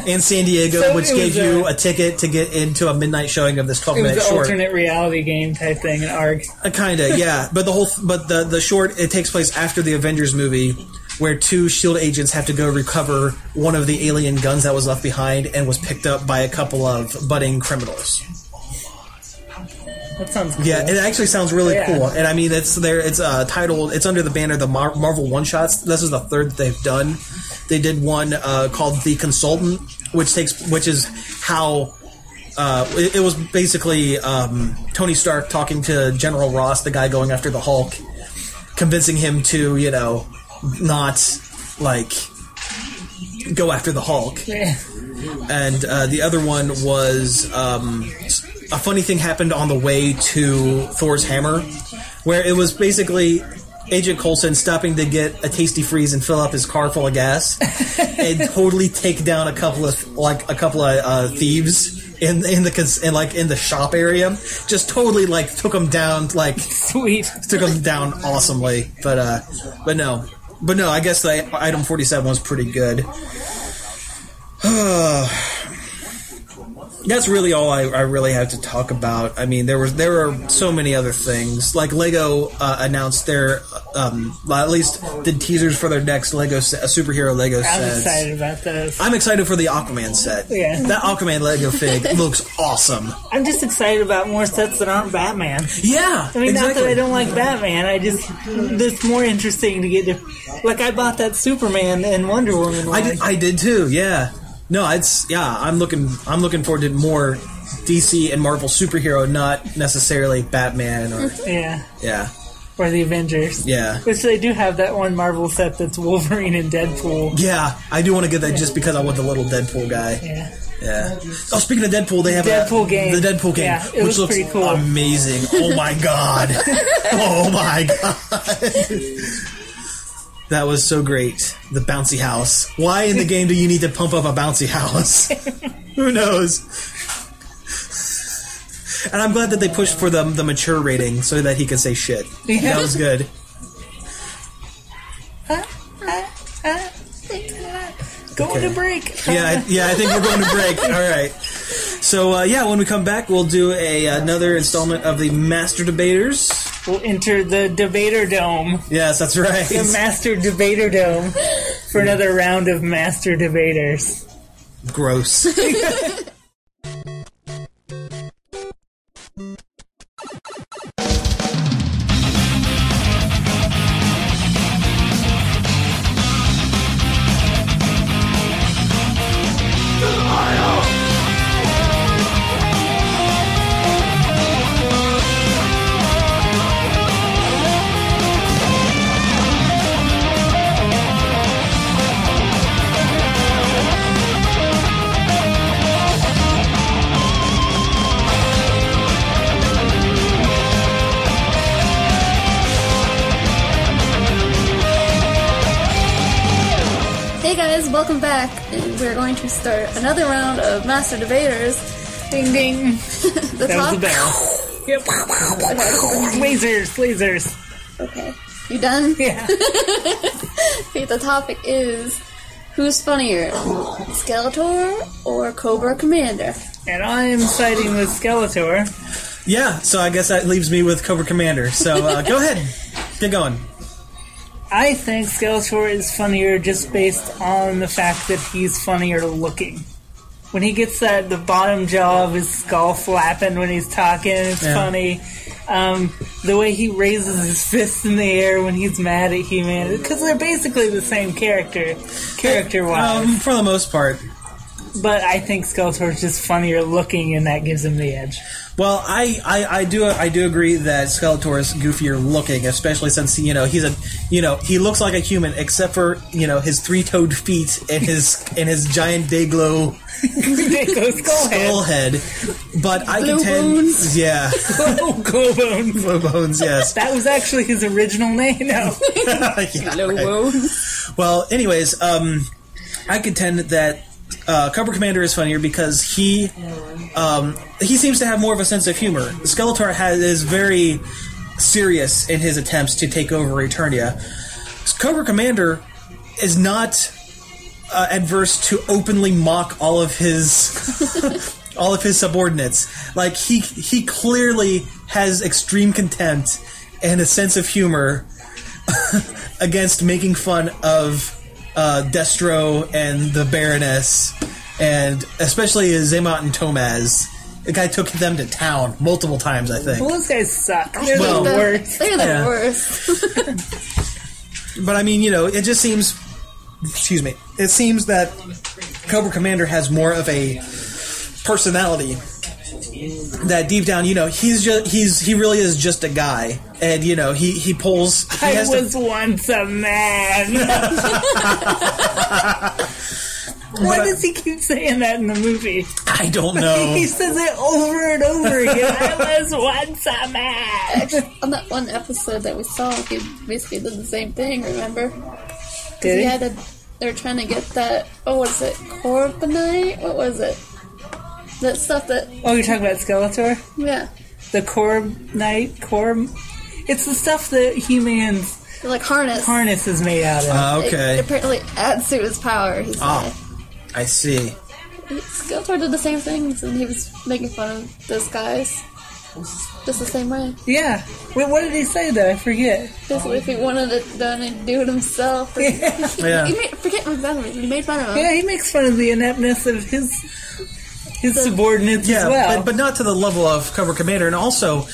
[SPEAKER 1] in San Diego,
[SPEAKER 2] So
[SPEAKER 1] which
[SPEAKER 2] it was
[SPEAKER 1] gave you
[SPEAKER 2] a-
[SPEAKER 1] a ticket to get into a midnight showing of this 12
[SPEAKER 2] It was
[SPEAKER 1] minute
[SPEAKER 2] an
[SPEAKER 1] short.
[SPEAKER 2] alternate reality game type thing, an ARG.
[SPEAKER 1] Uh, kinda, yeah. But the whole, th- but the the short it takes place after the Avengers movie, where two Shield E agents have to go recover one of the alien guns that was left behind and was picked up by a couple of budding criminals.
[SPEAKER 2] That sounds cool.
[SPEAKER 1] Yeah, it actually sounds really
[SPEAKER 2] Yeah.
[SPEAKER 1] cool, and I mean it's there. It's uh, titled. It's under the banner the Mar- Marvel one shots. This is the third that they've done. They did one uh, called the Consultant, which takes which is how uh, it, it was basically um, Tony Stark talking to General Ross, the guy going after the Hulk, convincing him to, you know, not like go after the Hulk. And uh, the other one was um, a funny thing happened on the way to Thor's hammer, where it was basically Agent Coulson stopping to get a tasty freeze and fill up his car full of gas, and totally take down a couple of like a couple of uh, thieves in in the cons- in, like in the shop area. Just totally like took them down like
[SPEAKER 2] Sweet.
[SPEAKER 1] took them down awesomely. But uh, but no, but no. I guess the item forty seven was pretty good. That's really all I, I really have to talk about. I mean, there was there are so many other things. Like Lego uh, announced their, um, well, at least did teasers for their next Lego se- uh, superhero Lego
[SPEAKER 2] I'm
[SPEAKER 1] sets.
[SPEAKER 2] excited about those.
[SPEAKER 1] I'm excited for the Aquaman set.
[SPEAKER 2] Yeah.
[SPEAKER 1] That Aquaman Lego fig looks awesome.
[SPEAKER 2] I'm just excited about more sets that aren't Batman.
[SPEAKER 1] Yeah,
[SPEAKER 2] I mean,
[SPEAKER 1] exactly.
[SPEAKER 2] not that I don't like Batman. I just it's more interesting to get. diff- Like I bought that Superman and Wonder Woman.
[SPEAKER 1] I
[SPEAKER 2] One.
[SPEAKER 1] did, I did too. Yeah. No, it's yeah. I'm looking. I'm looking forward to more DC and Marvel superhero, not necessarily Batman or
[SPEAKER 2] yeah,
[SPEAKER 1] yeah,
[SPEAKER 2] or the Avengers.
[SPEAKER 1] yeah,
[SPEAKER 2] Which they do have that one Marvel set that's Wolverine and Deadpool.
[SPEAKER 1] yeah. I do want to get that just because I want the little Deadpool guy.
[SPEAKER 2] Yeah,
[SPEAKER 1] Yeah. Oh, speaking of Deadpool, they have a-
[SPEAKER 2] Deadpool game.
[SPEAKER 1] The Deadpool game,
[SPEAKER 2] Yeah, it
[SPEAKER 1] which
[SPEAKER 2] looks
[SPEAKER 1] looks
[SPEAKER 2] pretty cool.
[SPEAKER 1] amazing. Oh my god. oh my god. That was so great. The bouncy house. Why in the game do you need to pump up a bouncy house? Who knows? And I'm glad that they pushed for the, the mature rating so that he could say shit. That was good.
[SPEAKER 2] Uh, going
[SPEAKER 1] Okay.
[SPEAKER 2] to break.
[SPEAKER 1] yeah, I, yeah. I think we're going to break. All right. So uh, yeah, when we come back, we'll do a another installment of the Master Debaters.
[SPEAKER 2] We'll enter the Debater Dome,
[SPEAKER 1] Yes, Mm. that's right.
[SPEAKER 2] the Master Debater Dome, for another round of Master Debaters.
[SPEAKER 1] Gross.
[SPEAKER 3] Hey guys, welcome back. And we're going to start another round of Master Debaters.
[SPEAKER 2] Ding ding.
[SPEAKER 3] The
[SPEAKER 2] That was
[SPEAKER 3] top.
[SPEAKER 2] the bell. Yep. lasers, lasers.
[SPEAKER 3] okay. You done?
[SPEAKER 2] Yeah.
[SPEAKER 3] Okay, the topic is who's funnier, Skeletor or Cobra Commander?
[SPEAKER 2] And I'm siding with Skeletor.
[SPEAKER 1] yeah. So I guess that leaves me with Cobra Commander. So uh, go ahead, get going.
[SPEAKER 2] I think Skeletor is funnier just based on the fact that he's funnier looking. When he gets that the bottom jaw of his skull flapping when he's talking, it's
[SPEAKER 1] Yeah.
[SPEAKER 2] funny. Um, the way he raises his fists in the air when he's mad at He-Man, because they're basically the same character, character-wise.
[SPEAKER 1] Um, for the most part.
[SPEAKER 2] but I think Skeletor's just funnier looking, and that gives him the edge.
[SPEAKER 1] Well, I, I, I do I do agree that Skeletor is goofier looking, especially since you know he's a you know he looks like a human except for you know his three toed feet and his and his giant Dayglow
[SPEAKER 2] Go skull
[SPEAKER 1] skull
[SPEAKER 2] head.
[SPEAKER 1] head. But I
[SPEAKER 3] Blue
[SPEAKER 1] contend,
[SPEAKER 3] bones.
[SPEAKER 1] yeah,
[SPEAKER 2] Oh, Skull bones.
[SPEAKER 1] blue bones, yes.
[SPEAKER 2] That was actually his original name. No.
[SPEAKER 1] Yeah, right. Well, anyways, um, I contend that uh, Cobra Commander is funnier because he um, he seems to have more of a sense of humor. Skeletor has is very serious in his attempts to take over Eternia. Cobra Commander is not uh, adverse to openly mock all of his all of his subordinates. Like he he clearly has extreme contempt and a sense of humor against making fun of uh, Destro and the Baroness, and especially Zaymot and Tomaz. The guy took them to town multiple times, I think.
[SPEAKER 2] Well, those guys suck. They're
[SPEAKER 1] Well,
[SPEAKER 2] the
[SPEAKER 3] The-
[SPEAKER 2] worst.
[SPEAKER 3] They're the
[SPEAKER 1] Yeah.
[SPEAKER 3] worst.
[SPEAKER 1] But I mean, you know, it just seems. Excuse me. It seems that Cobra Commander has more of a personality that deep down, you know, he's just he's he really is just a guy, and you know, he he pulls. He
[SPEAKER 2] I
[SPEAKER 1] has to-
[SPEAKER 2] was once a man. Why does he keep saying that in the movie?
[SPEAKER 1] I don't know.
[SPEAKER 2] He says it over and over again. I was once a man.
[SPEAKER 3] Actually, on that one episode that we saw, he basically did the same thing. Remember? 'Cause
[SPEAKER 2] Did he?
[SPEAKER 3] had a, they were trying to get that. oh, What was it? Corbinite? What was it? That stuff that
[SPEAKER 2] Oh, you're talking about Skeletor,
[SPEAKER 3] yeah,
[SPEAKER 2] the Corb Knight, Corb. It's the stuff that He-Man's
[SPEAKER 3] like harness.
[SPEAKER 2] harness is made out of.
[SPEAKER 1] Uh,
[SPEAKER 3] It-
[SPEAKER 1] okay,
[SPEAKER 3] apparently adds to his power. He's
[SPEAKER 1] Ah. I see.
[SPEAKER 3] like, Skeletor did the same things, and he was making fun of those guys. Just the same way.
[SPEAKER 2] yeah. Wait, what did he say though? I forget.
[SPEAKER 3] Basically, if he wanted it done, he'd do it himself. Or,
[SPEAKER 1] Yeah.
[SPEAKER 3] He made, forget my fun of it. He made fun of him.
[SPEAKER 2] Yeah, he makes fun of the ineptness of his his subordinates
[SPEAKER 1] Yeah,
[SPEAKER 2] as well.
[SPEAKER 1] but, but not to the level of Cobra Commander, and also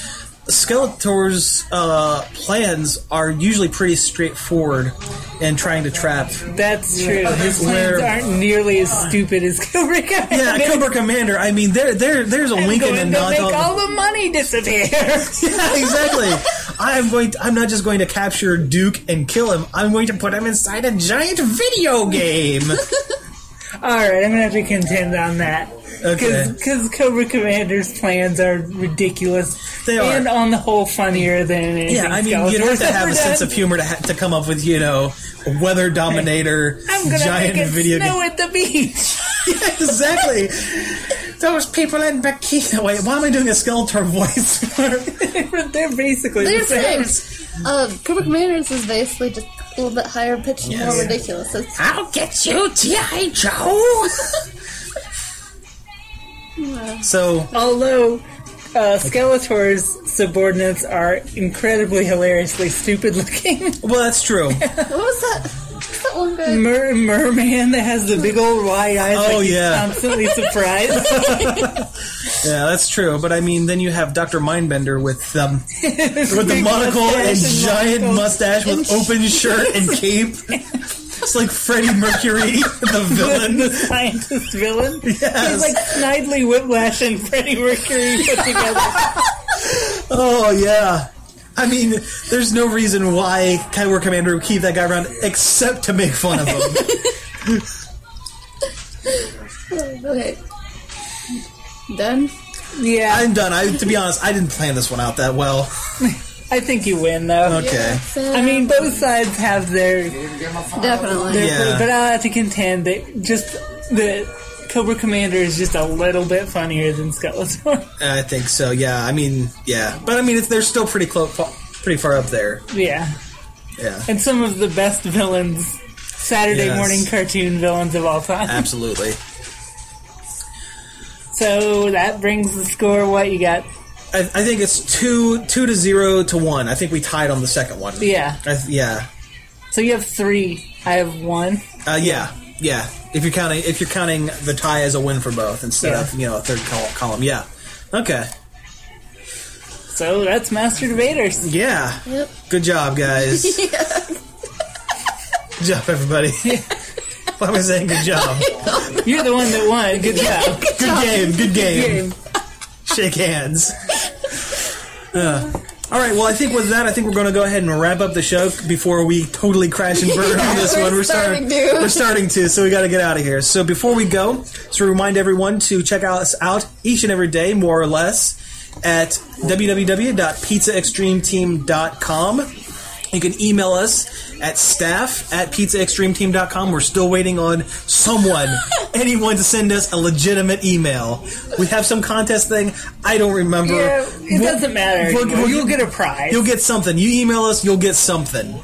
[SPEAKER 1] Skeletor's uh, plans are usually pretty straightforward in trying to trap.
[SPEAKER 2] That's true.
[SPEAKER 1] Oh,
[SPEAKER 2] His plans
[SPEAKER 1] Where-
[SPEAKER 2] aren't nearly as stupid as Cobra Kai.
[SPEAKER 1] Yeah, Cobra Commander. I mean, there there there's a
[SPEAKER 2] I'm
[SPEAKER 1] Lincoln
[SPEAKER 2] going
[SPEAKER 1] and
[SPEAKER 2] to
[SPEAKER 1] not
[SPEAKER 2] make all the money disappear.
[SPEAKER 1] yeah, exactly. I am going. To, I'm not just going to capture Duke and kill him. I'm going to put him inside a giant video game.
[SPEAKER 2] all right, I'm gonna have to contend on that.
[SPEAKER 1] Okay.
[SPEAKER 2] Because Cobra Commander's plans are ridiculous.
[SPEAKER 1] They are.
[SPEAKER 2] And on the whole, funnier than anything.
[SPEAKER 1] Yeah, I mean, you'd have
[SPEAKER 2] Skeletor's
[SPEAKER 1] to have
[SPEAKER 2] ever
[SPEAKER 1] a sense
[SPEAKER 2] done.
[SPEAKER 1] of humor to ha- to come up with you know a weather dominator
[SPEAKER 2] I'm gonna
[SPEAKER 1] giant
[SPEAKER 2] make it
[SPEAKER 1] video
[SPEAKER 2] snow
[SPEAKER 1] game.
[SPEAKER 2] at the beach.
[SPEAKER 1] Yeah, exactly. Those people in bikini. Wait, why am I doing a Skeletor voice?
[SPEAKER 2] They're basically
[SPEAKER 3] They're
[SPEAKER 2] the same.
[SPEAKER 3] same. Uh, Cobra Commanders is basically just a little bit higher pitched and more ridiculous. It's,
[SPEAKER 1] I'll get you, G.I. Joe. so
[SPEAKER 2] Although uh, Skeletor's subordinates are incredibly hilariously stupid looking.
[SPEAKER 1] well, that's true.
[SPEAKER 3] what was that? What's that one guy?
[SPEAKER 2] Mer- merman that has the big old wide eyes.
[SPEAKER 1] Oh,
[SPEAKER 2] like he's
[SPEAKER 1] yeah.
[SPEAKER 2] constantly surprised.
[SPEAKER 1] Yeah, that's true. But I mean, then you have Doctor Mindbender with um, with the
[SPEAKER 2] Big
[SPEAKER 1] monocle and
[SPEAKER 2] mustache and
[SPEAKER 1] giant
[SPEAKER 2] monocle.
[SPEAKER 1] mustache with open shirt and cape. It's like Freddie Mercury, the villain.
[SPEAKER 2] the scientist villain.
[SPEAKER 1] Yes.
[SPEAKER 2] He's like Snidely Whiplash and Freddie Mercury put together.
[SPEAKER 1] Oh yeah. I mean, there's no reason why Kyber Commander would keep that guy around except to make fun of him.
[SPEAKER 3] Okay. Done.
[SPEAKER 2] yeah,
[SPEAKER 1] I'm done. I, to be honest, I didn't plan this one out that well.
[SPEAKER 2] I think you win though.
[SPEAKER 1] Okay.
[SPEAKER 3] So,
[SPEAKER 2] I mean, both sides have their, their
[SPEAKER 3] definitely.
[SPEAKER 1] Yeah.
[SPEAKER 2] but I'll have to contend that just the Cobra Commander is just a little bit funnier than Skeletor.
[SPEAKER 1] I think so. Yeah. I mean, yeah. But I mean, it's, they're still pretty close, pretty far up there.
[SPEAKER 2] yeah,
[SPEAKER 1] Yeah.
[SPEAKER 2] and some of the best villains, Saturday
[SPEAKER 1] Yes.
[SPEAKER 2] morning cartoon villains of all time.
[SPEAKER 1] Absolutely.
[SPEAKER 2] So that brings the score. What you got?
[SPEAKER 1] I, I think it's two two to zero to one. I think we tied on the second one.
[SPEAKER 2] Yeah.
[SPEAKER 1] I th- yeah.
[SPEAKER 2] So you have three. I have one.
[SPEAKER 1] Uh, yeah. Yeah. If you're counting if you're counting the tie as a win for both instead
[SPEAKER 2] Yeah.
[SPEAKER 1] of you know a third col- column. Yeah. Okay.
[SPEAKER 2] So that's Master Debaters.
[SPEAKER 1] Yeah.
[SPEAKER 3] Yep.
[SPEAKER 1] Good job, guys. Good job, everybody. Why am I saying good job?
[SPEAKER 2] You're the one that won. Good job.
[SPEAKER 1] Good game. Good game.
[SPEAKER 2] Game.
[SPEAKER 1] Shake hands. Uh, all right. Well, I think with that, I think we're going to go ahead and wrap up the show before we totally crash and burn on this
[SPEAKER 3] we're
[SPEAKER 1] one. We're
[SPEAKER 3] starting to.
[SPEAKER 1] We're starting to, so we got to get out of here. So before we go, to remind everyone to check us out each and every day, more or less, at www.pizzaextremeteam.com. You can email us at staff at pizzaextremeteam.com. We're still waiting on someone, anyone to send us a legitimate email. We have some contest thing. I don't remember.
[SPEAKER 2] Yeah, it
[SPEAKER 1] We'll-
[SPEAKER 2] doesn't matter.
[SPEAKER 1] we'll-
[SPEAKER 2] anymore.
[SPEAKER 1] we'll-
[SPEAKER 2] You'll get a prize.
[SPEAKER 1] You'll get something. You email us, you'll get something.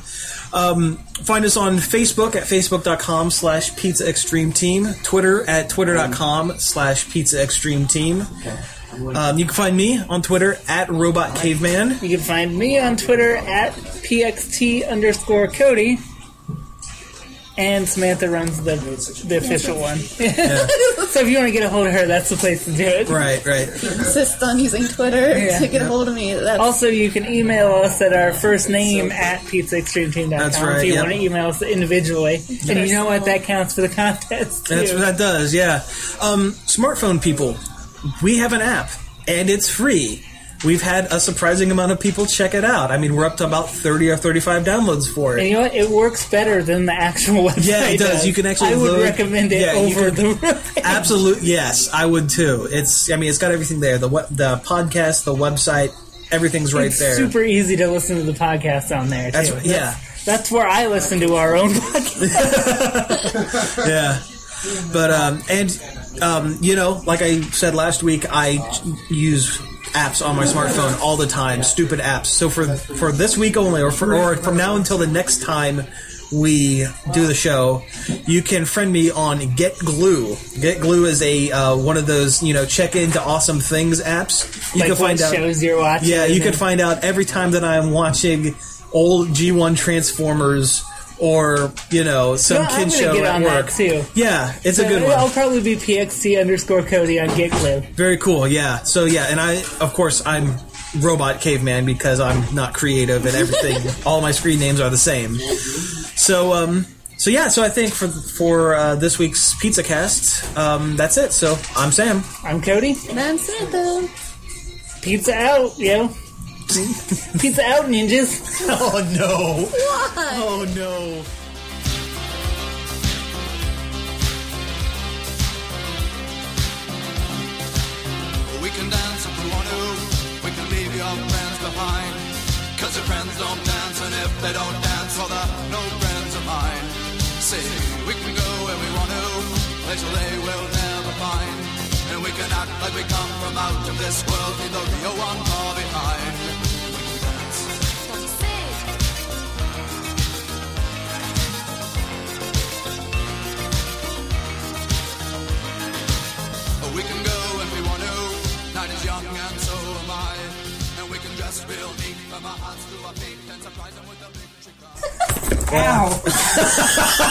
[SPEAKER 1] Um, find us on Facebook at facebook.com slash pizza extreme team, Twitter at twitter.com slash pizza extreme team. Um, you can find me on Twitter at robot caveman.
[SPEAKER 2] You can find me on Twitter at pxt underscore Cody. And Samantha runs the the official one. so if you want to get a hold of her, that's the place to do it.
[SPEAKER 1] Right, right.
[SPEAKER 3] Insist on using Twitter
[SPEAKER 2] Yeah. Oh.
[SPEAKER 3] to get a hold of me. That's
[SPEAKER 2] Also, you can email us at our first name at pizzaextremeteam.com
[SPEAKER 1] That's right,
[SPEAKER 2] if you
[SPEAKER 1] yeah.
[SPEAKER 2] want to email us individually. And you know what? That counts for the contest.
[SPEAKER 1] That's
[SPEAKER 2] too.
[SPEAKER 1] what that does, yeah. Um, smartphone people, we have an app. and it's free. We've had a surprising amount of people check it out. I mean, we're up to about 30 or 35 downloads for
[SPEAKER 2] And
[SPEAKER 1] it.
[SPEAKER 2] you know what? It works better than the actual website.
[SPEAKER 1] Yeah, it does. You can actually
[SPEAKER 2] I would
[SPEAKER 1] load-
[SPEAKER 2] recommend it
[SPEAKER 1] Yeah, you
[SPEAKER 2] over
[SPEAKER 1] can-
[SPEAKER 2] the.
[SPEAKER 1] Absolute yes, I would too. It's I mean, it's got everything there. The we- the podcast, the website, everything's right
[SPEAKER 2] it's
[SPEAKER 1] there.
[SPEAKER 2] super easy to listen to the podcast on there. Too.
[SPEAKER 1] That's- yeah.
[SPEAKER 2] That's where I listen to our own podcast.
[SPEAKER 1] yeah. But um, and um, you know, like I said last week, I use apps on my smartphone all the time. Stupid apps. So for for this week only, or for or from now until the next time we do the show, you can friend me on Get Glue. Get Glue is a uh, one of those you know check into awesome things apps. You
[SPEAKER 2] like
[SPEAKER 1] can find
[SPEAKER 2] what
[SPEAKER 1] out
[SPEAKER 2] shows you're watching.
[SPEAKER 1] yeah, you
[SPEAKER 2] and-
[SPEAKER 1] can find out every time that I'm watching old G1 Transformers or you know some
[SPEAKER 2] No, I'm
[SPEAKER 1] kid
[SPEAKER 2] gonna
[SPEAKER 1] show
[SPEAKER 2] get
[SPEAKER 1] at
[SPEAKER 2] on
[SPEAKER 1] work.
[SPEAKER 2] that, too.
[SPEAKER 1] Yeah, it's a
[SPEAKER 2] So
[SPEAKER 1] good
[SPEAKER 2] I'll
[SPEAKER 1] one.
[SPEAKER 2] probably be PXC underscore Cody on GitLib.
[SPEAKER 1] Very cool. Yeah. So yeah, and I of course I'm robot caveman because I'm not creative and everything. all my screen names are the same. So um. So yeah, so I think for for uh, this week's pizza cast, um, that's it. So I'm Sam.
[SPEAKER 2] I'm Cody.
[SPEAKER 3] And I'm Santa.
[SPEAKER 2] Pizza out, yo. Pizza out, ninjas.
[SPEAKER 1] Oh no!
[SPEAKER 3] Why?
[SPEAKER 1] Oh no!
[SPEAKER 6] We can dance if we want to. We can leave your friends behind. Cause your friends don't dance, and if they don't dance, well, they're no friends of mine. See, we can go where we want to, place where they will never find. And we can act like we come from out of this world, leave the real one far behind. We can dance. We can go if we want to. Night is young and so am I. And we can dress real neat from our hearts to our feet and surprise them with a victory cry.
[SPEAKER 2] Ow.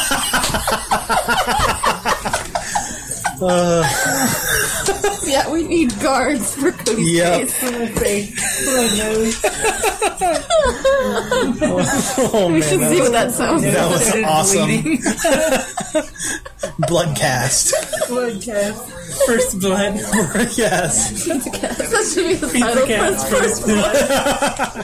[SPEAKER 3] Yeah, we need guards for Cody's
[SPEAKER 1] Yep.
[SPEAKER 3] face.
[SPEAKER 1] Oh
[SPEAKER 3] We should see what that sounds like.
[SPEAKER 1] That was awesome. Bloodcast.
[SPEAKER 2] First blood.
[SPEAKER 1] yes.
[SPEAKER 3] That should be the title.
[SPEAKER 2] Cast.
[SPEAKER 3] First, first